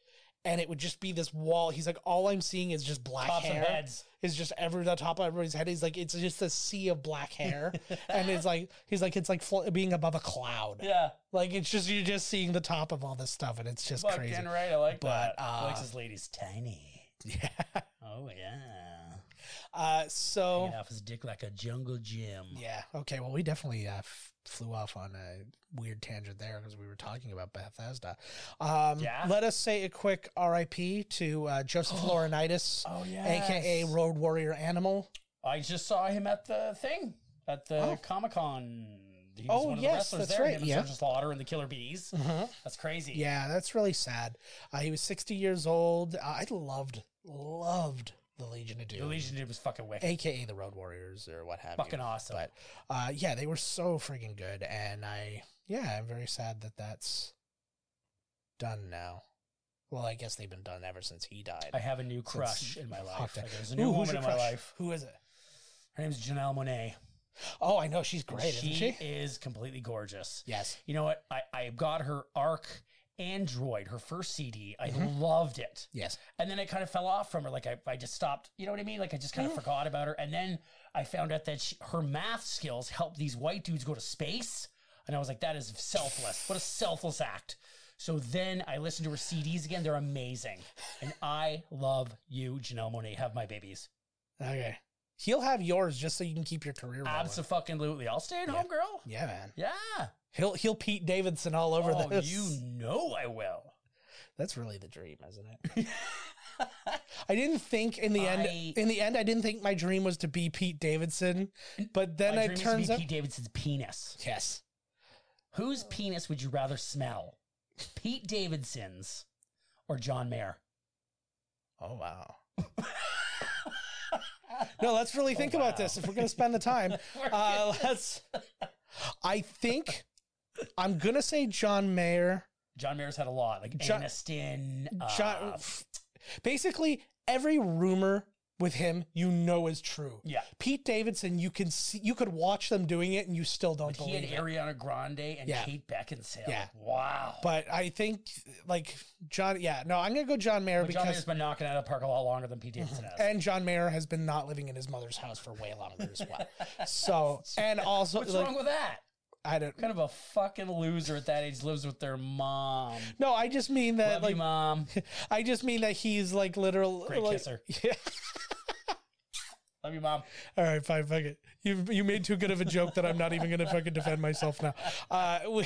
[SPEAKER 2] and it would just be this wall. He's like, all I'm seeing is just black
[SPEAKER 3] Tops of
[SPEAKER 2] hair.
[SPEAKER 3] heads.
[SPEAKER 2] Is just every the top of everybody's head. He's like, it's just a sea of black hair, and it's like he's like it's like fl- being above a cloud.
[SPEAKER 3] Yeah.
[SPEAKER 2] Like it's just you're just seeing the top of all this stuff, and it's just
[SPEAKER 3] Fucking
[SPEAKER 2] crazy.
[SPEAKER 3] right. I like
[SPEAKER 2] But,
[SPEAKER 3] that.
[SPEAKER 2] uh,
[SPEAKER 3] He likes his ladies tiny.
[SPEAKER 2] Yeah.
[SPEAKER 3] Oh yeah.
[SPEAKER 2] Uh, so
[SPEAKER 3] Get off his dick like a jungle gym.
[SPEAKER 2] yeah. Okay. Well, we definitely uh, f- flew off on a weird tangent there because we were talking about Bethesda. Um,
[SPEAKER 3] Yeah.
[SPEAKER 2] Let us say a quick R.I.P. to uh, Joseph Laurinaitis.
[SPEAKER 3] Oh yeah.
[SPEAKER 2] aka Road Warrior Animal.
[SPEAKER 3] I just saw him at the thing at the
[SPEAKER 2] Oh.
[SPEAKER 3] Comic Con. He was
[SPEAKER 2] Oh,
[SPEAKER 3] one of
[SPEAKER 2] yes,
[SPEAKER 3] the wrestlers
[SPEAKER 2] that's
[SPEAKER 3] there.
[SPEAKER 2] right,
[SPEAKER 3] Him and
[SPEAKER 2] yeah.
[SPEAKER 3] Sergeant Slaughter and the Killer Bees. That's crazy.
[SPEAKER 2] Yeah, that's really sad. Uh, he was 60 years old. Uh, I loved, loved the Legion of Doom,
[SPEAKER 3] The Legion dude was fucking wicked.
[SPEAKER 2] aka the Road Warriors or what have
[SPEAKER 3] Fucking
[SPEAKER 2] you.
[SPEAKER 3] awesome.
[SPEAKER 2] But uh, yeah, they were so freaking good, and I yeah, I'm very sad that that's done now. Well, I guess they've been done ever since he died.
[SPEAKER 3] I have a new crush
[SPEAKER 2] Since-
[SPEAKER 3] in my
[SPEAKER 2] Fuck
[SPEAKER 3] life.
[SPEAKER 2] that.
[SPEAKER 3] Like, there's a
[SPEAKER 2] Ooh,
[SPEAKER 3] new
[SPEAKER 2] who's
[SPEAKER 3] woman
[SPEAKER 2] your
[SPEAKER 3] in my
[SPEAKER 2] crush?
[SPEAKER 3] life.
[SPEAKER 2] Who is it?
[SPEAKER 3] Her name's Janelle Monet.
[SPEAKER 2] Oh, I know she's great,
[SPEAKER 3] she,
[SPEAKER 2] isn't she?
[SPEAKER 3] is completely gorgeous.
[SPEAKER 2] Yes.
[SPEAKER 3] You know what? I, I got her Arc Android, her first CD. I
[SPEAKER 2] Mm-hmm.
[SPEAKER 3] loved it.
[SPEAKER 2] Yes.
[SPEAKER 3] And then I kind of fell off from her. Like I, I just stopped. You know what I mean? Like I just kind of forgot about her. And then I found out that she, her math skills helped these white dudes go to space. And I was like, that is selfless. What a selfless act. So then I listened to her CDs again. They're amazing. And I love you, Janelle Monet. Have my babies.
[SPEAKER 2] Okay. He'll have yours just so you can keep your career rolling.
[SPEAKER 3] Absolutely. I'll stay at home, girl.
[SPEAKER 2] Yeah, man.
[SPEAKER 3] Yeah.
[SPEAKER 2] He'll he'll Pete Davidson all over
[SPEAKER 3] oh,
[SPEAKER 2] this.
[SPEAKER 3] you know I will.
[SPEAKER 2] That's really the dream, isn't it? I didn't think in the end.
[SPEAKER 3] I-
[SPEAKER 2] In the end, I didn't think my dream was to be Pete Davidson, but then
[SPEAKER 3] My
[SPEAKER 2] it
[SPEAKER 3] dream is
[SPEAKER 2] turns
[SPEAKER 3] to
[SPEAKER 2] out
[SPEAKER 3] be Pete Davidson's penis.
[SPEAKER 2] yes,
[SPEAKER 3] Whose penis would you rather smell? Pete Davidson's or John Mayer?
[SPEAKER 2] Oh wow. no, let's really think about
[SPEAKER 3] Oh, wow.
[SPEAKER 2] this. If we're gonna spend the time, uh, let's. I think I'm gonna say John Mayer.
[SPEAKER 3] John Mayer's had a lot, like
[SPEAKER 2] John-
[SPEAKER 3] Aniston. uh,
[SPEAKER 2] John, basically every rumor with him, you know, is true.
[SPEAKER 3] Yeah.
[SPEAKER 2] Pete Davidson, you can see, you could watch them doing it, and you still don't
[SPEAKER 3] he
[SPEAKER 2] believe
[SPEAKER 3] had
[SPEAKER 2] it.
[SPEAKER 3] Ariana Grande and
[SPEAKER 2] Yeah.
[SPEAKER 3] Kate Beckinsale.
[SPEAKER 2] Yeah.
[SPEAKER 3] Wow.
[SPEAKER 2] But I think like John, yeah, no, I'm gonna go John Mayer
[SPEAKER 3] But John
[SPEAKER 2] because
[SPEAKER 3] Mayer's been knocking it out of the park a lot longer than Pete Davidson has.
[SPEAKER 2] and John Mayer has been not living in his mother's house for way longer as well. So and also
[SPEAKER 3] What's
[SPEAKER 2] like
[SPEAKER 3] wrong with that?
[SPEAKER 2] I don't
[SPEAKER 3] Kind of a fucking loser at that age lives with their mom.
[SPEAKER 2] no, I just mean that
[SPEAKER 3] Love
[SPEAKER 2] like
[SPEAKER 3] you, mom.
[SPEAKER 2] I just mean that he's like literal
[SPEAKER 3] Great
[SPEAKER 2] like,
[SPEAKER 3] kisser.
[SPEAKER 2] Yeah.
[SPEAKER 3] Love you, mom.
[SPEAKER 2] All right, fine, fuck it. You you made too good of a joke that I'm not even gonna fucking defend myself now. Uh, we,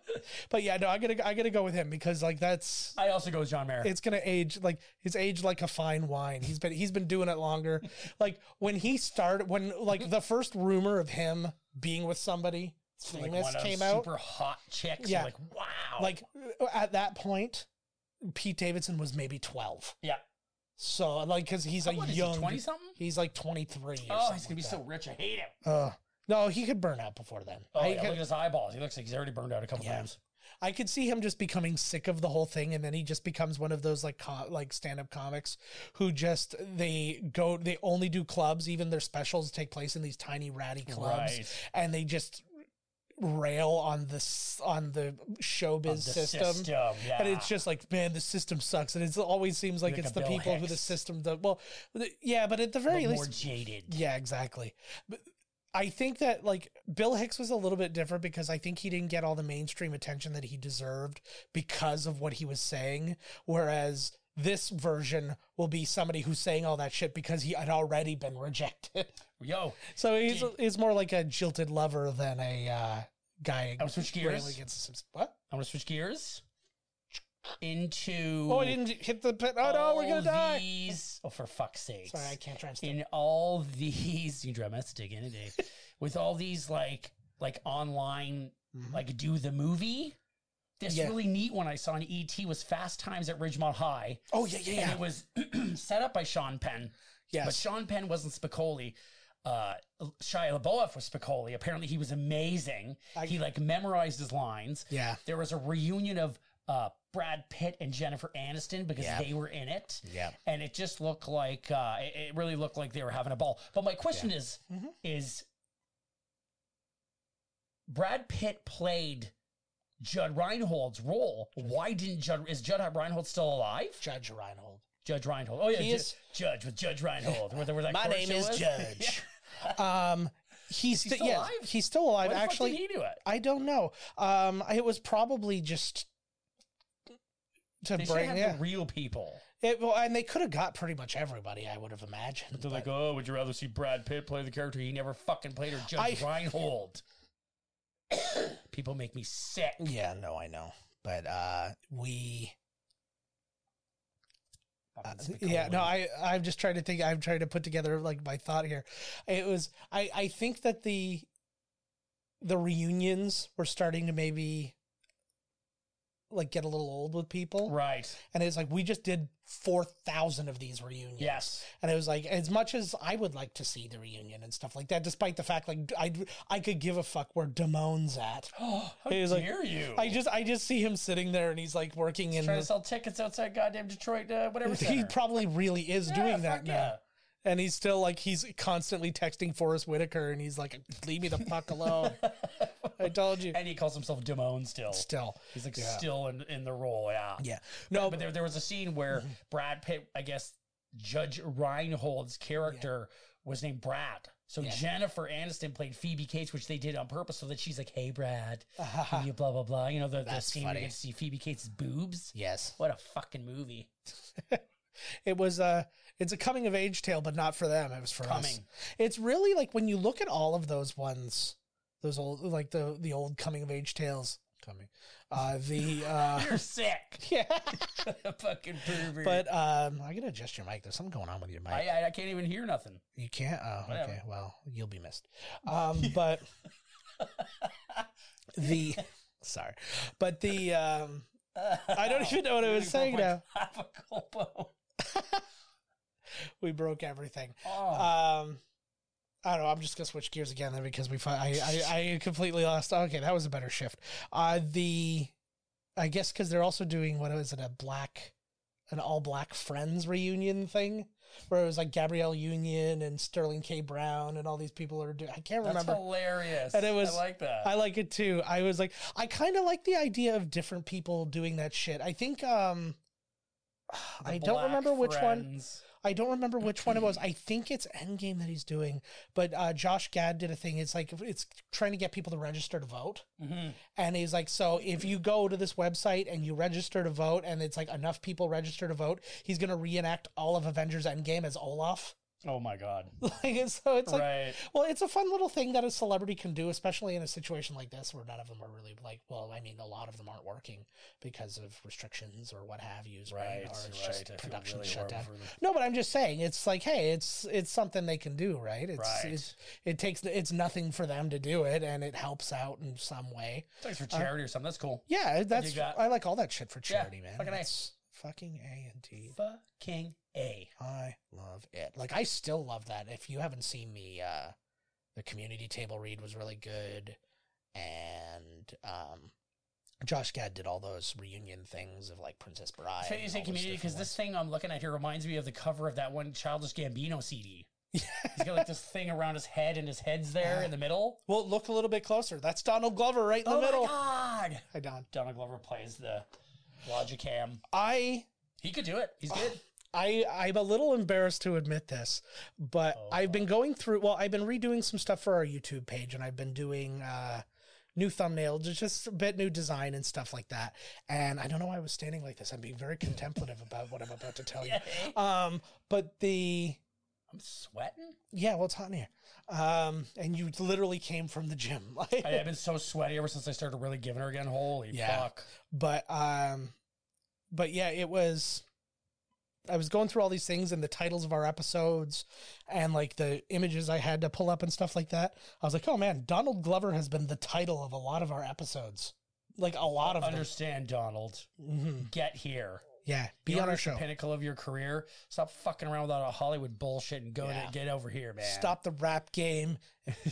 [SPEAKER 2] but yeah, no, I gotta I gotta go with him because like that's
[SPEAKER 3] I also go with John Mayer.
[SPEAKER 2] it's gonna age like it's aged like a fine wine. He's been he's been doing it longer. like when he started, when like the first rumor of him being with somebody
[SPEAKER 3] like
[SPEAKER 2] famous
[SPEAKER 3] one of
[SPEAKER 2] came
[SPEAKER 3] those
[SPEAKER 2] out,
[SPEAKER 3] super hot chicks.
[SPEAKER 2] Yeah.
[SPEAKER 3] Yeah. Like, wow.
[SPEAKER 2] like at that point, Pete Davidson was maybe twelve.
[SPEAKER 3] yeah.
[SPEAKER 2] So like because he's a
[SPEAKER 3] What is he,
[SPEAKER 2] young
[SPEAKER 3] 20 something?
[SPEAKER 2] He's like twenty three.
[SPEAKER 3] Oh, he's going to be so rich. I hate him.
[SPEAKER 2] Uh, no, he could burn out before then.
[SPEAKER 3] Oh,
[SPEAKER 2] I,
[SPEAKER 3] yeah, look at
[SPEAKER 2] could,
[SPEAKER 3] his eyeballs. He looks like he's already burned out a couple
[SPEAKER 2] Yeah.
[SPEAKER 3] times.
[SPEAKER 2] I could see him just becoming sick of the whole thing, and then he just becomes one of those like co- like stand up comics who just they go they only do clubs. Even their specials take place in these tiny ratty clubs,
[SPEAKER 3] Right.
[SPEAKER 2] and they just rail on this on the showbiz
[SPEAKER 3] The
[SPEAKER 2] system.
[SPEAKER 3] Yeah.
[SPEAKER 2] And it's just like, man, the system sucks, and it always seems like,
[SPEAKER 3] Like
[SPEAKER 2] it's
[SPEAKER 3] a
[SPEAKER 2] the
[SPEAKER 3] Bill
[SPEAKER 2] people who
[SPEAKER 3] Hicks.
[SPEAKER 2] the system does. Well, th- yeah, but at the
[SPEAKER 3] But
[SPEAKER 2] very
[SPEAKER 3] more
[SPEAKER 2] least,
[SPEAKER 3] jaded.
[SPEAKER 2] Yeah, exactly. But I think that like Bill Hicks was a little bit different because I think he didn't get all the mainstream attention that he deserved because of what he was saying. Whereas This version will be somebody who's saying all that shit because he had already been rejected.
[SPEAKER 3] Yo,
[SPEAKER 2] So he's,
[SPEAKER 3] Dude.
[SPEAKER 2] he's more like a jilted lover than a uh, guy.
[SPEAKER 3] I'll switch gears.
[SPEAKER 2] railing Against himself. What?
[SPEAKER 3] I'm gonna switch gears into.
[SPEAKER 2] Oh, I didn't hit the pit. Oh no, we're
[SPEAKER 3] all
[SPEAKER 2] gonna die.
[SPEAKER 3] These, oh, for fuck's sake!
[SPEAKER 2] Sorry, I can't try and still.
[SPEAKER 3] in all these you drive us dig in a day with all these like like online
[SPEAKER 2] Mhm.
[SPEAKER 3] like do the movie this
[SPEAKER 2] Yeah.
[SPEAKER 3] really neat one i saw on et was fast times at ridgemont high
[SPEAKER 2] Oh yeah, yeah,
[SPEAKER 3] and
[SPEAKER 2] yeah.
[SPEAKER 3] it was set up by sean penn but
[SPEAKER 2] Yes.
[SPEAKER 3] sean penn wasn't spicoli uh, Shia LaBeouf was Spicoli. Apparently, he was amazing.
[SPEAKER 2] I-
[SPEAKER 3] he like memorized his lines.
[SPEAKER 2] Yeah.
[SPEAKER 3] There was a reunion of uh, Brad Pitt and Jennifer Aniston because
[SPEAKER 2] Yeah.
[SPEAKER 3] they were in it
[SPEAKER 2] Yeah.
[SPEAKER 3] and it just looked like uh, it- it really looked like they were having a ball. But my question is,
[SPEAKER 2] Mhm.
[SPEAKER 3] is Brad Pitt played Judd Reinhold's role? Why didn't Judd? Is Judd Reinhold still alive?
[SPEAKER 2] Judge Reinhold.
[SPEAKER 3] Judge Reinhold. Oh yeah,
[SPEAKER 2] He
[SPEAKER 3] Ju-
[SPEAKER 2] is-
[SPEAKER 3] Judge with Judge Reinhold. Whatever that
[SPEAKER 2] My
[SPEAKER 3] court
[SPEAKER 2] name
[SPEAKER 3] show
[SPEAKER 2] is
[SPEAKER 3] was.
[SPEAKER 2] Judge. Um, he's,
[SPEAKER 3] he
[SPEAKER 2] sti-
[SPEAKER 3] still
[SPEAKER 2] yeah,
[SPEAKER 3] alive?
[SPEAKER 2] he's still alive.
[SPEAKER 3] Why the fuck
[SPEAKER 2] Actually,
[SPEAKER 3] did he do it?
[SPEAKER 2] I don't know. Um, it was probably just to
[SPEAKER 3] They should
[SPEAKER 2] bring
[SPEAKER 3] have
[SPEAKER 2] yeah.
[SPEAKER 3] the real people.
[SPEAKER 2] It, well, and they could have got pretty much everybody. I would have imagined.
[SPEAKER 3] They're like,
[SPEAKER 2] but-
[SPEAKER 3] oh, would you rather see Brad Pitt play the character he never fucking played or Judge
[SPEAKER 2] I-
[SPEAKER 3] Reinhold? people make me sick.
[SPEAKER 2] yeah, no, I know, but uh, we. Uh, yeah, no, I I'm just trying to think. I'm trying to put together like my thought here. It was I I think that the the reunions were starting to maybe like get a little old with people,
[SPEAKER 3] Right.
[SPEAKER 2] and it's like we just did four thousand of these reunions.
[SPEAKER 3] Yes.
[SPEAKER 2] and it was like as much as I would like to see the reunion and stuff like that, despite the fact like I I could give a fuck where Damone's at.
[SPEAKER 3] Oh, how
[SPEAKER 2] He was like-
[SPEAKER 3] dare you?
[SPEAKER 2] I just I just see him sitting there and he's like working in.
[SPEAKER 3] trying to
[SPEAKER 2] The,
[SPEAKER 3] sell tickets outside goddamn Detroit, uh, whatever.
[SPEAKER 2] he
[SPEAKER 3] center.
[SPEAKER 2] probably really is
[SPEAKER 3] Yeah,
[SPEAKER 2] doing that
[SPEAKER 3] fuck
[SPEAKER 2] now.
[SPEAKER 3] yeah.
[SPEAKER 2] And he's still like he's constantly texting Forrest Whitaker, and he's like, "Leave me the fuck alone." I told you.
[SPEAKER 3] And he calls himself Damone still.
[SPEAKER 2] Still,
[SPEAKER 3] He's like
[SPEAKER 2] Yeah.
[SPEAKER 3] still in, in the role, yeah.
[SPEAKER 2] yeah, no,
[SPEAKER 3] But there, there was a scene
[SPEAKER 2] Mm-hmm.
[SPEAKER 3] where Brad Pitt, I guess Judge Reinhold's character was named Brad. So
[SPEAKER 2] Yeah.
[SPEAKER 3] Jennifer Aniston played Phoebe Cates, which they did on purpose, so that she's like, "Hey, Brad,
[SPEAKER 2] but,
[SPEAKER 3] can you blah blah blah." You know the, the
[SPEAKER 2] That's
[SPEAKER 3] scene where
[SPEAKER 2] funny.
[SPEAKER 3] you get to see Phoebe Cates' boobs.
[SPEAKER 2] yes,
[SPEAKER 3] What a fucking movie!
[SPEAKER 2] it was a it's a coming of age tale, but not for them. It was for us.
[SPEAKER 3] Coming.
[SPEAKER 2] It's really like when you look at all of those ones, those old like the the old coming of age tales coming. Uh, the uh,
[SPEAKER 3] You're sick.
[SPEAKER 2] yeah,
[SPEAKER 3] fucking pervert.
[SPEAKER 2] but um, I gotta adjust your mic. There's something going on with your mic.
[SPEAKER 3] I, I, I can't even hear nothing.
[SPEAKER 2] you can't. Oh,
[SPEAKER 3] Whatever.
[SPEAKER 2] okay. Well, you'll be missed. Um, but the sorry, but the um, I don't even know what I was saying now.
[SPEAKER 3] Apocalpo.
[SPEAKER 2] we broke everything.
[SPEAKER 3] Oh,
[SPEAKER 2] Um, I don't know. I'm just gonna switch gears again then because we. Fi- I, I I completely lost. Okay, that was a better shift. Uh, the I guess because they're also doing what is it a black, an all black Friends reunion thing where it was like Gabrielle Union and Sterling K. Brown and all these people are doing. I can't
[SPEAKER 3] that's
[SPEAKER 2] remember.
[SPEAKER 3] hilarious.
[SPEAKER 2] And it was-
[SPEAKER 3] I like that.
[SPEAKER 2] I like it too. I was like, I kind of like the idea of different people doing that shit. I think um,
[SPEAKER 3] The
[SPEAKER 2] I don't
[SPEAKER 3] Black
[SPEAKER 2] remember which one.
[SPEAKER 3] Friends.
[SPEAKER 2] I don't remember which one it was. I think it's Endgame that he's doing, but uh, Josh Gad did a thing. It's like it's trying to get people to register to vote,
[SPEAKER 3] Mhm.
[SPEAKER 2] and he's like, so if you go to this website and you register to vote, and it's like enough people register to vote, he's gonna reenact all of Avengers Endgame as Olaf.
[SPEAKER 3] Oh my god!
[SPEAKER 2] like, and so it's like.
[SPEAKER 3] right.
[SPEAKER 2] Well, it's a fun little thing that a celebrity can do, especially in a situation like this where none of them are really like, well, I mean, a lot of them aren't working because of restrictions or what have yous, right?
[SPEAKER 3] Right,
[SPEAKER 2] Or it's
[SPEAKER 3] right. I
[SPEAKER 2] just
[SPEAKER 3] feel
[SPEAKER 2] production
[SPEAKER 3] really
[SPEAKER 2] shut down.
[SPEAKER 3] horrible for them.
[SPEAKER 2] No, but I'm just saying, it's like, hey, it's it's something they can do, right? It's,
[SPEAKER 3] Right.
[SPEAKER 2] it's it takes it's nothing for them to do it, and it helps out in some way.
[SPEAKER 3] Thanks for charity or something. That's cool.
[SPEAKER 2] Yeah, that's
[SPEAKER 3] got-
[SPEAKER 2] I like all that shit for charity, man.
[SPEAKER 3] fucking A.
[SPEAKER 2] That's fucking a indeed.
[SPEAKER 3] Fucking a.
[SPEAKER 2] I love it. Like I still love that. If you haven't seen me, uh, the community table read was really good, and um, Josh Gad did all those reunion things of like Princess Bride.
[SPEAKER 3] So you
[SPEAKER 2] and
[SPEAKER 3] say
[SPEAKER 2] all those
[SPEAKER 3] community because
[SPEAKER 2] different
[SPEAKER 3] this
[SPEAKER 2] ones.
[SPEAKER 3] thing I'm looking at here reminds me of the cover of that one Childish Gambino CD. He's got like this thing around his head, and his head's there in the middle.
[SPEAKER 2] Well, look a little bit closer. That's Donald Glover right in the
[SPEAKER 3] oh
[SPEAKER 2] middle.
[SPEAKER 3] my god!
[SPEAKER 2] Hi, Don.
[SPEAKER 3] Donald Glover plays the Logicam.
[SPEAKER 2] I
[SPEAKER 3] He could do it. He's good.
[SPEAKER 2] I I'm a little embarrassed to admit this, but I've been going through. Well, I've been redoing some stuff for our YouTube page, and I've been doing. Uh, new thumbnail, ju- just a bit new design and stuff like that. And I don't know why I was standing like this. I'm being very contemplative about what I'm about to tell you.
[SPEAKER 3] Yay.
[SPEAKER 2] Um, but the
[SPEAKER 3] I'm sweating.
[SPEAKER 2] yeah, well, it's hot in here. Um, and you literally came from the gym. Like,
[SPEAKER 3] I, I've been so sweaty ever since I started really giving her again. Holy
[SPEAKER 2] Yeah.
[SPEAKER 3] fuck.
[SPEAKER 2] but um but yeah it was i was going through all these things and the titles of our episodes and like the images i had to pull up and stuff like that i was like oh man donald glover has been the title of a lot of our episodes like a lot of them.
[SPEAKER 3] Understand, Donald.
[SPEAKER 2] Mhm.
[SPEAKER 3] Get here.
[SPEAKER 2] yeah be
[SPEAKER 3] You're
[SPEAKER 2] on our
[SPEAKER 3] at
[SPEAKER 2] show
[SPEAKER 3] The pinnacle of your career. Stop fucking around with all that Hollywood bullshit and go
[SPEAKER 2] Yeah.
[SPEAKER 3] to, get over here, man.
[SPEAKER 2] stop the rap game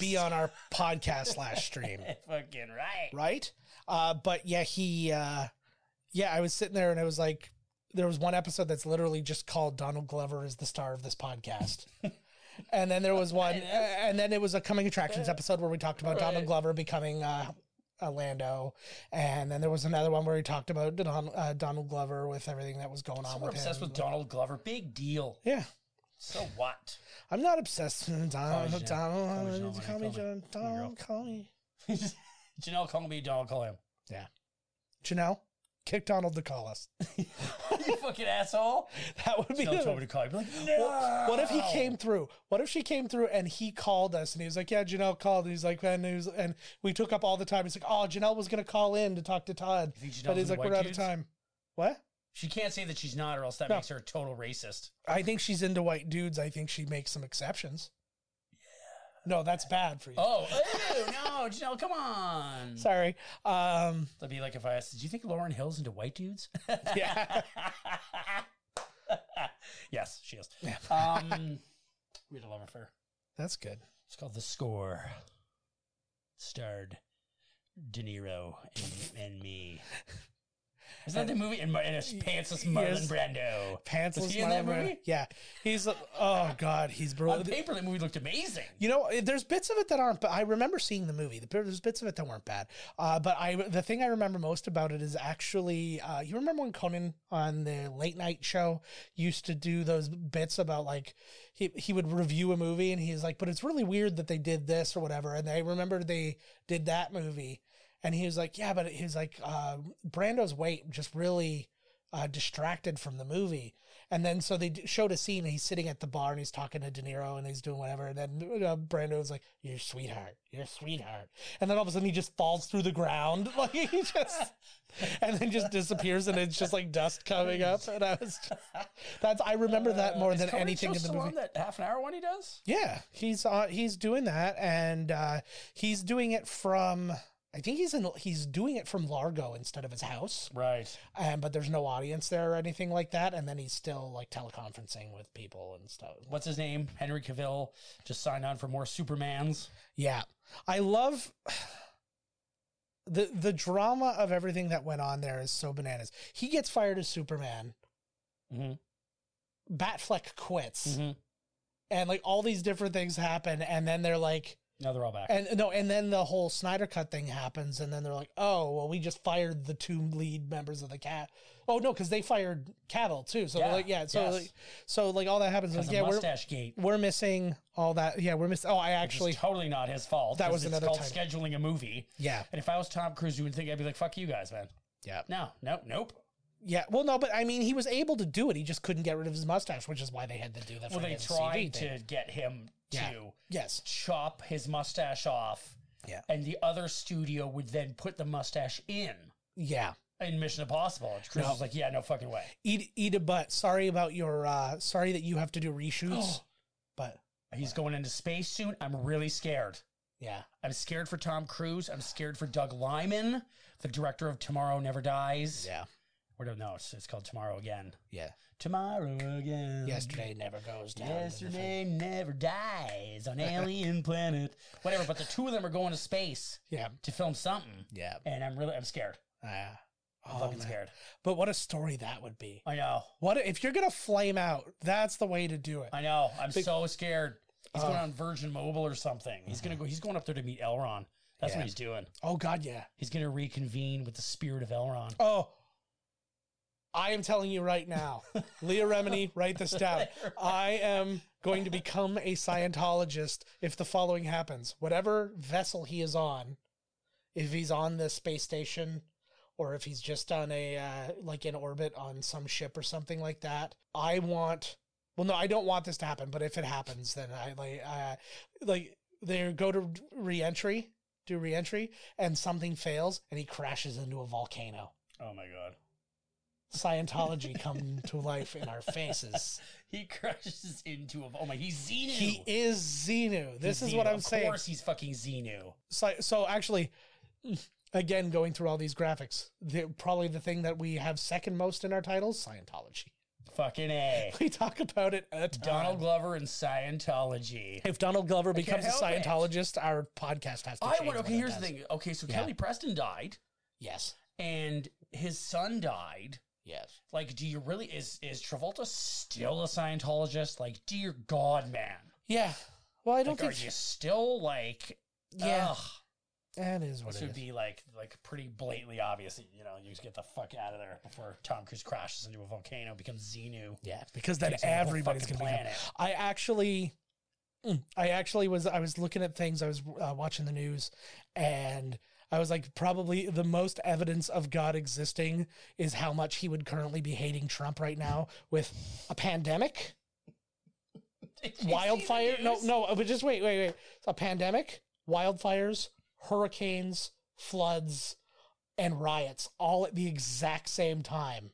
[SPEAKER 2] be on our podcast slash stream
[SPEAKER 3] fucking right.
[SPEAKER 2] right? Uh, but yeah, he, uh, yeah, I was sitting there and I was like, there was one episode that's literally just called Donald Glover is the star of this podcast. and then there was one, and then it was a coming attractions episode where we talked about Donald
[SPEAKER 3] Right.
[SPEAKER 2] Glover becoming, uh, a Lando, and then there was another one where he talked about Don, uh, Donald Glover with everything that was going on
[SPEAKER 3] So we're
[SPEAKER 2] with
[SPEAKER 3] obsessed
[SPEAKER 2] him.
[SPEAKER 3] with Donald Glover. Big deal.
[SPEAKER 2] yeah,
[SPEAKER 3] So what?
[SPEAKER 2] I'm not obsessed with Donald.
[SPEAKER 3] Janelle. Call me
[SPEAKER 2] Donald,
[SPEAKER 3] Janelle,
[SPEAKER 2] call me
[SPEAKER 3] honey, call
[SPEAKER 2] John.
[SPEAKER 3] Come on,
[SPEAKER 2] Donald, call me
[SPEAKER 3] Janelle, call me. Donald, call him.
[SPEAKER 2] Janelle. Kick Donald to call us.
[SPEAKER 3] you fucking asshole.
[SPEAKER 2] That would be
[SPEAKER 3] Janelle
[SPEAKER 2] the-
[SPEAKER 3] told me to call you. Be like, no.
[SPEAKER 2] What if he came through? What if she came through and he called us and he was like, "Yeah, Janelle called." And he's like, and, he was, and we took up all the time. He's like, "Oh, Janelle was gonna call in to talk to Todd,
[SPEAKER 3] You think Janelle's
[SPEAKER 2] but he's
[SPEAKER 3] into
[SPEAKER 2] like,
[SPEAKER 3] white
[SPEAKER 2] we're out of
[SPEAKER 3] dudes?
[SPEAKER 2] time." What?
[SPEAKER 3] She can't say that she's not, or else that
[SPEAKER 2] No.
[SPEAKER 3] makes her a total racist.
[SPEAKER 2] I think she's into white dudes. I think she makes some exceptions. No, that's bad for you.
[SPEAKER 3] Oh, ew, no, Janelle, come on.
[SPEAKER 2] Sorry. Um,
[SPEAKER 3] That'd be like if I asked, "Do you think Lauren Hill's into white dudes?"
[SPEAKER 2] yeah.
[SPEAKER 3] yes, she is. Um, we had a love affair.
[SPEAKER 2] that's good.
[SPEAKER 3] It's called The Score. Starred De Niro and, and me. Is that the movie? And, Mar- and it's pantsless Marlon
[SPEAKER 2] Yes.
[SPEAKER 3] Brando.
[SPEAKER 2] Pantsless
[SPEAKER 3] Was he in that
[SPEAKER 2] Marlon Brando.
[SPEAKER 3] movie?
[SPEAKER 2] Yeah, he's. like, Oh God, he's
[SPEAKER 3] On
[SPEAKER 2] brilliant.
[SPEAKER 3] paper, the movie looked amazing.
[SPEAKER 2] You know, eh, there's bits of it that aren't. But I remember seeing the movie. The- There's bits of it that weren't bad. Uh, but I, the thing I remember most about it is actually, uh, you remember when Conan on the late night show used to do those bits about like he he would review a movie and he's like, but it's really weird that they did this or whatever. And I remember they did that movie, and he was like, yeah, but he was like, uh, Brando's weight just really uh, distracted from the movie. And then so they d- showed a scene. And he's sitting at the bar and he's talking to De Niro and he's doing whatever. And then uh, Brando's like, "Your sweetheart, your sweetheart." And then all of a sudden he just falls through the ground, like he just, and then just disappears, and it's just like dust coming up. And I was, just, that's I remember that more
[SPEAKER 3] Uh, Is
[SPEAKER 2] than
[SPEAKER 3] Conan
[SPEAKER 2] anything
[SPEAKER 3] Show
[SPEAKER 2] in the
[SPEAKER 3] still
[SPEAKER 2] movie.
[SPEAKER 3] on That half an hour one he does.
[SPEAKER 2] Yeah, he's uh, he's doing that, and uh, he's doing it from. I think he's in. He's doing it from Largo instead of his house
[SPEAKER 3] Right.
[SPEAKER 2] um, but there's no audience there or anything like that. And then he's still like teleconferencing with people and stuff.
[SPEAKER 3] What's his name? Henry Cavill just signed on for more Supermans.
[SPEAKER 2] Yeah, I love the the drama of everything that went on there is so bananas. He gets fired as Superman.
[SPEAKER 3] Mm-hmm.
[SPEAKER 2] Batfleck quits,
[SPEAKER 3] Mm-hmm.
[SPEAKER 2] and like all these different things happen, and then they're like,
[SPEAKER 3] Now they're all back.
[SPEAKER 2] and no, and then the whole Snyder Cut thing happens, and then they're like, oh, well, we just fired the two lead members of the cat. Oh no, because they fired Cavill too. So
[SPEAKER 3] Yeah,
[SPEAKER 2] they're like, yeah, so
[SPEAKER 3] yes.
[SPEAKER 2] like, so like all that happens.
[SPEAKER 3] Because
[SPEAKER 2] Like,
[SPEAKER 3] of
[SPEAKER 2] yeah, we're
[SPEAKER 3] mustache gate.
[SPEAKER 2] we're missing all that. Yeah, we're missing. Oh, I actually.
[SPEAKER 3] Actually, totally not his fault.
[SPEAKER 2] That
[SPEAKER 3] 'cause
[SPEAKER 2] was
[SPEAKER 3] it's
[SPEAKER 2] another
[SPEAKER 3] called
[SPEAKER 2] time.
[SPEAKER 3] scheduling a movie.
[SPEAKER 2] Yeah,
[SPEAKER 3] And if I was Tom Cruise, you would think I'd be like, "Fuck you guys, man."
[SPEAKER 2] yeah,
[SPEAKER 3] No, no, nope.
[SPEAKER 2] yeah. Well, no, but I mean, he was able to do it. He just couldn't get rid of his mustache, which is why they had to do that.
[SPEAKER 3] Well,
[SPEAKER 2] for
[SPEAKER 3] they
[SPEAKER 2] the
[SPEAKER 3] tried
[SPEAKER 2] CV thing.
[SPEAKER 3] to get him
[SPEAKER 2] Yeah.
[SPEAKER 3] to
[SPEAKER 2] Yes.
[SPEAKER 3] chop his mustache off,
[SPEAKER 2] Yeah.
[SPEAKER 3] and the other studio would then put the mustache in
[SPEAKER 2] Yeah.
[SPEAKER 3] in Mission Impossible. And Cruise
[SPEAKER 2] No.
[SPEAKER 3] was like, "Yeah, no fucking way."
[SPEAKER 2] Eat, eat a butt. Sorry about your. uh Sorry that you have to do reshoots, but
[SPEAKER 3] He's going into space soon. I'm really scared.
[SPEAKER 2] yeah,
[SPEAKER 3] I'm scared for Tom Cruise. I'm scared for Doug Lyman, the director of Tomorrow Never Dies.
[SPEAKER 2] yeah,
[SPEAKER 3] Or no, no, it's, it's called Tomorrow Again.
[SPEAKER 2] yeah.
[SPEAKER 3] Tomorrow Again.
[SPEAKER 2] Yesterday never goes down.
[SPEAKER 3] Yesterday never dies on alien planet. Whatever, but the two of them are going to space
[SPEAKER 2] Yeah,
[SPEAKER 3] to film something.
[SPEAKER 2] yeah.
[SPEAKER 3] And I'm really I'm scared.
[SPEAKER 2] Uh,
[SPEAKER 3] I'm
[SPEAKER 2] oh,
[SPEAKER 3] fucking
[SPEAKER 2] man.
[SPEAKER 3] scared.
[SPEAKER 2] But what a story that would be.
[SPEAKER 3] I know.
[SPEAKER 2] What a- if you're gonna flame out? That's the way to do it.
[SPEAKER 3] I know. I'm
[SPEAKER 2] Big-
[SPEAKER 3] so scared. He's going
[SPEAKER 2] Oh.
[SPEAKER 3] on Virgin Mobile or something. He's gonna go he's going up there to meet Elron. That's
[SPEAKER 2] Yeah.
[SPEAKER 3] what he's doing.
[SPEAKER 2] Oh God, yeah.
[SPEAKER 3] He's gonna reconvene with the spirit of Elron.
[SPEAKER 2] Oh, I am telling you right now, Leah Remini, write this down. I am going to become a Scientologist if the following happens. Whatever vessel he is on, if he's on the space station or if he's just on a uh, like in orbit on some ship or something like that. I want well no, I don't want this to happen, but if it happens then I like uh, like they go to reentry, do reentry and something fails and he crashes into a volcano.
[SPEAKER 3] Oh my god.
[SPEAKER 2] Scientology come to life in our faces.
[SPEAKER 3] He crashes into a. Oh my, he's Xenu.
[SPEAKER 2] He is Xenu. This
[SPEAKER 3] He's
[SPEAKER 2] is what
[SPEAKER 3] Xenu.
[SPEAKER 2] I'm
[SPEAKER 3] of
[SPEAKER 2] saying.
[SPEAKER 3] Of course, he's fucking Xenu.
[SPEAKER 2] so, so actually again going through all these graphics the, probably the thing that we have second most in our titles scientology
[SPEAKER 3] Fucking a.
[SPEAKER 2] we talk about it a ton.
[SPEAKER 3] Donald Glover and Scientology.
[SPEAKER 2] if donald glover becomes a
[SPEAKER 3] help it.
[SPEAKER 2] Scientologist, our podcast has to
[SPEAKER 3] I
[SPEAKER 2] change
[SPEAKER 3] want.
[SPEAKER 2] when
[SPEAKER 3] Okay,
[SPEAKER 2] it
[SPEAKER 3] here's the
[SPEAKER 2] does.
[SPEAKER 3] thing. Okay, so
[SPEAKER 2] Yeah.
[SPEAKER 3] Kelly Preston died,
[SPEAKER 2] yes
[SPEAKER 3] and his son died.
[SPEAKER 2] yes
[SPEAKER 3] Like, do you really is is Travolta still a Scientologist? Like, dear God, man.
[SPEAKER 2] yeah well i
[SPEAKER 3] Like,
[SPEAKER 2] don't
[SPEAKER 3] are
[SPEAKER 2] think
[SPEAKER 3] you still like?
[SPEAKER 2] yeah
[SPEAKER 3] ugh.
[SPEAKER 2] that is what
[SPEAKER 3] This
[SPEAKER 2] it is
[SPEAKER 3] would be like like pretty blatantly obvious. that, You know, you just get the fuck out of there before Tom Cruise crashes into a volcano, becomes Xenu.
[SPEAKER 2] yeah because then
[SPEAKER 3] takes over the whole
[SPEAKER 2] everybody's
[SPEAKER 3] fucking
[SPEAKER 2] gonna be
[SPEAKER 3] planet.
[SPEAKER 2] I actually, mm, I actually was I was looking at things. I was uh, watching the news, and I was like, probably the most evidence of God existing is how much he would currently be hating Trump right now with a pandemic,
[SPEAKER 3] Did you see
[SPEAKER 2] wildfire.
[SPEAKER 3] the
[SPEAKER 2] No,
[SPEAKER 3] news?
[SPEAKER 2] no, uh, but just wait, wait, wait. A pandemic, wildfires, hurricanes, floods, and riots all at the exact same time.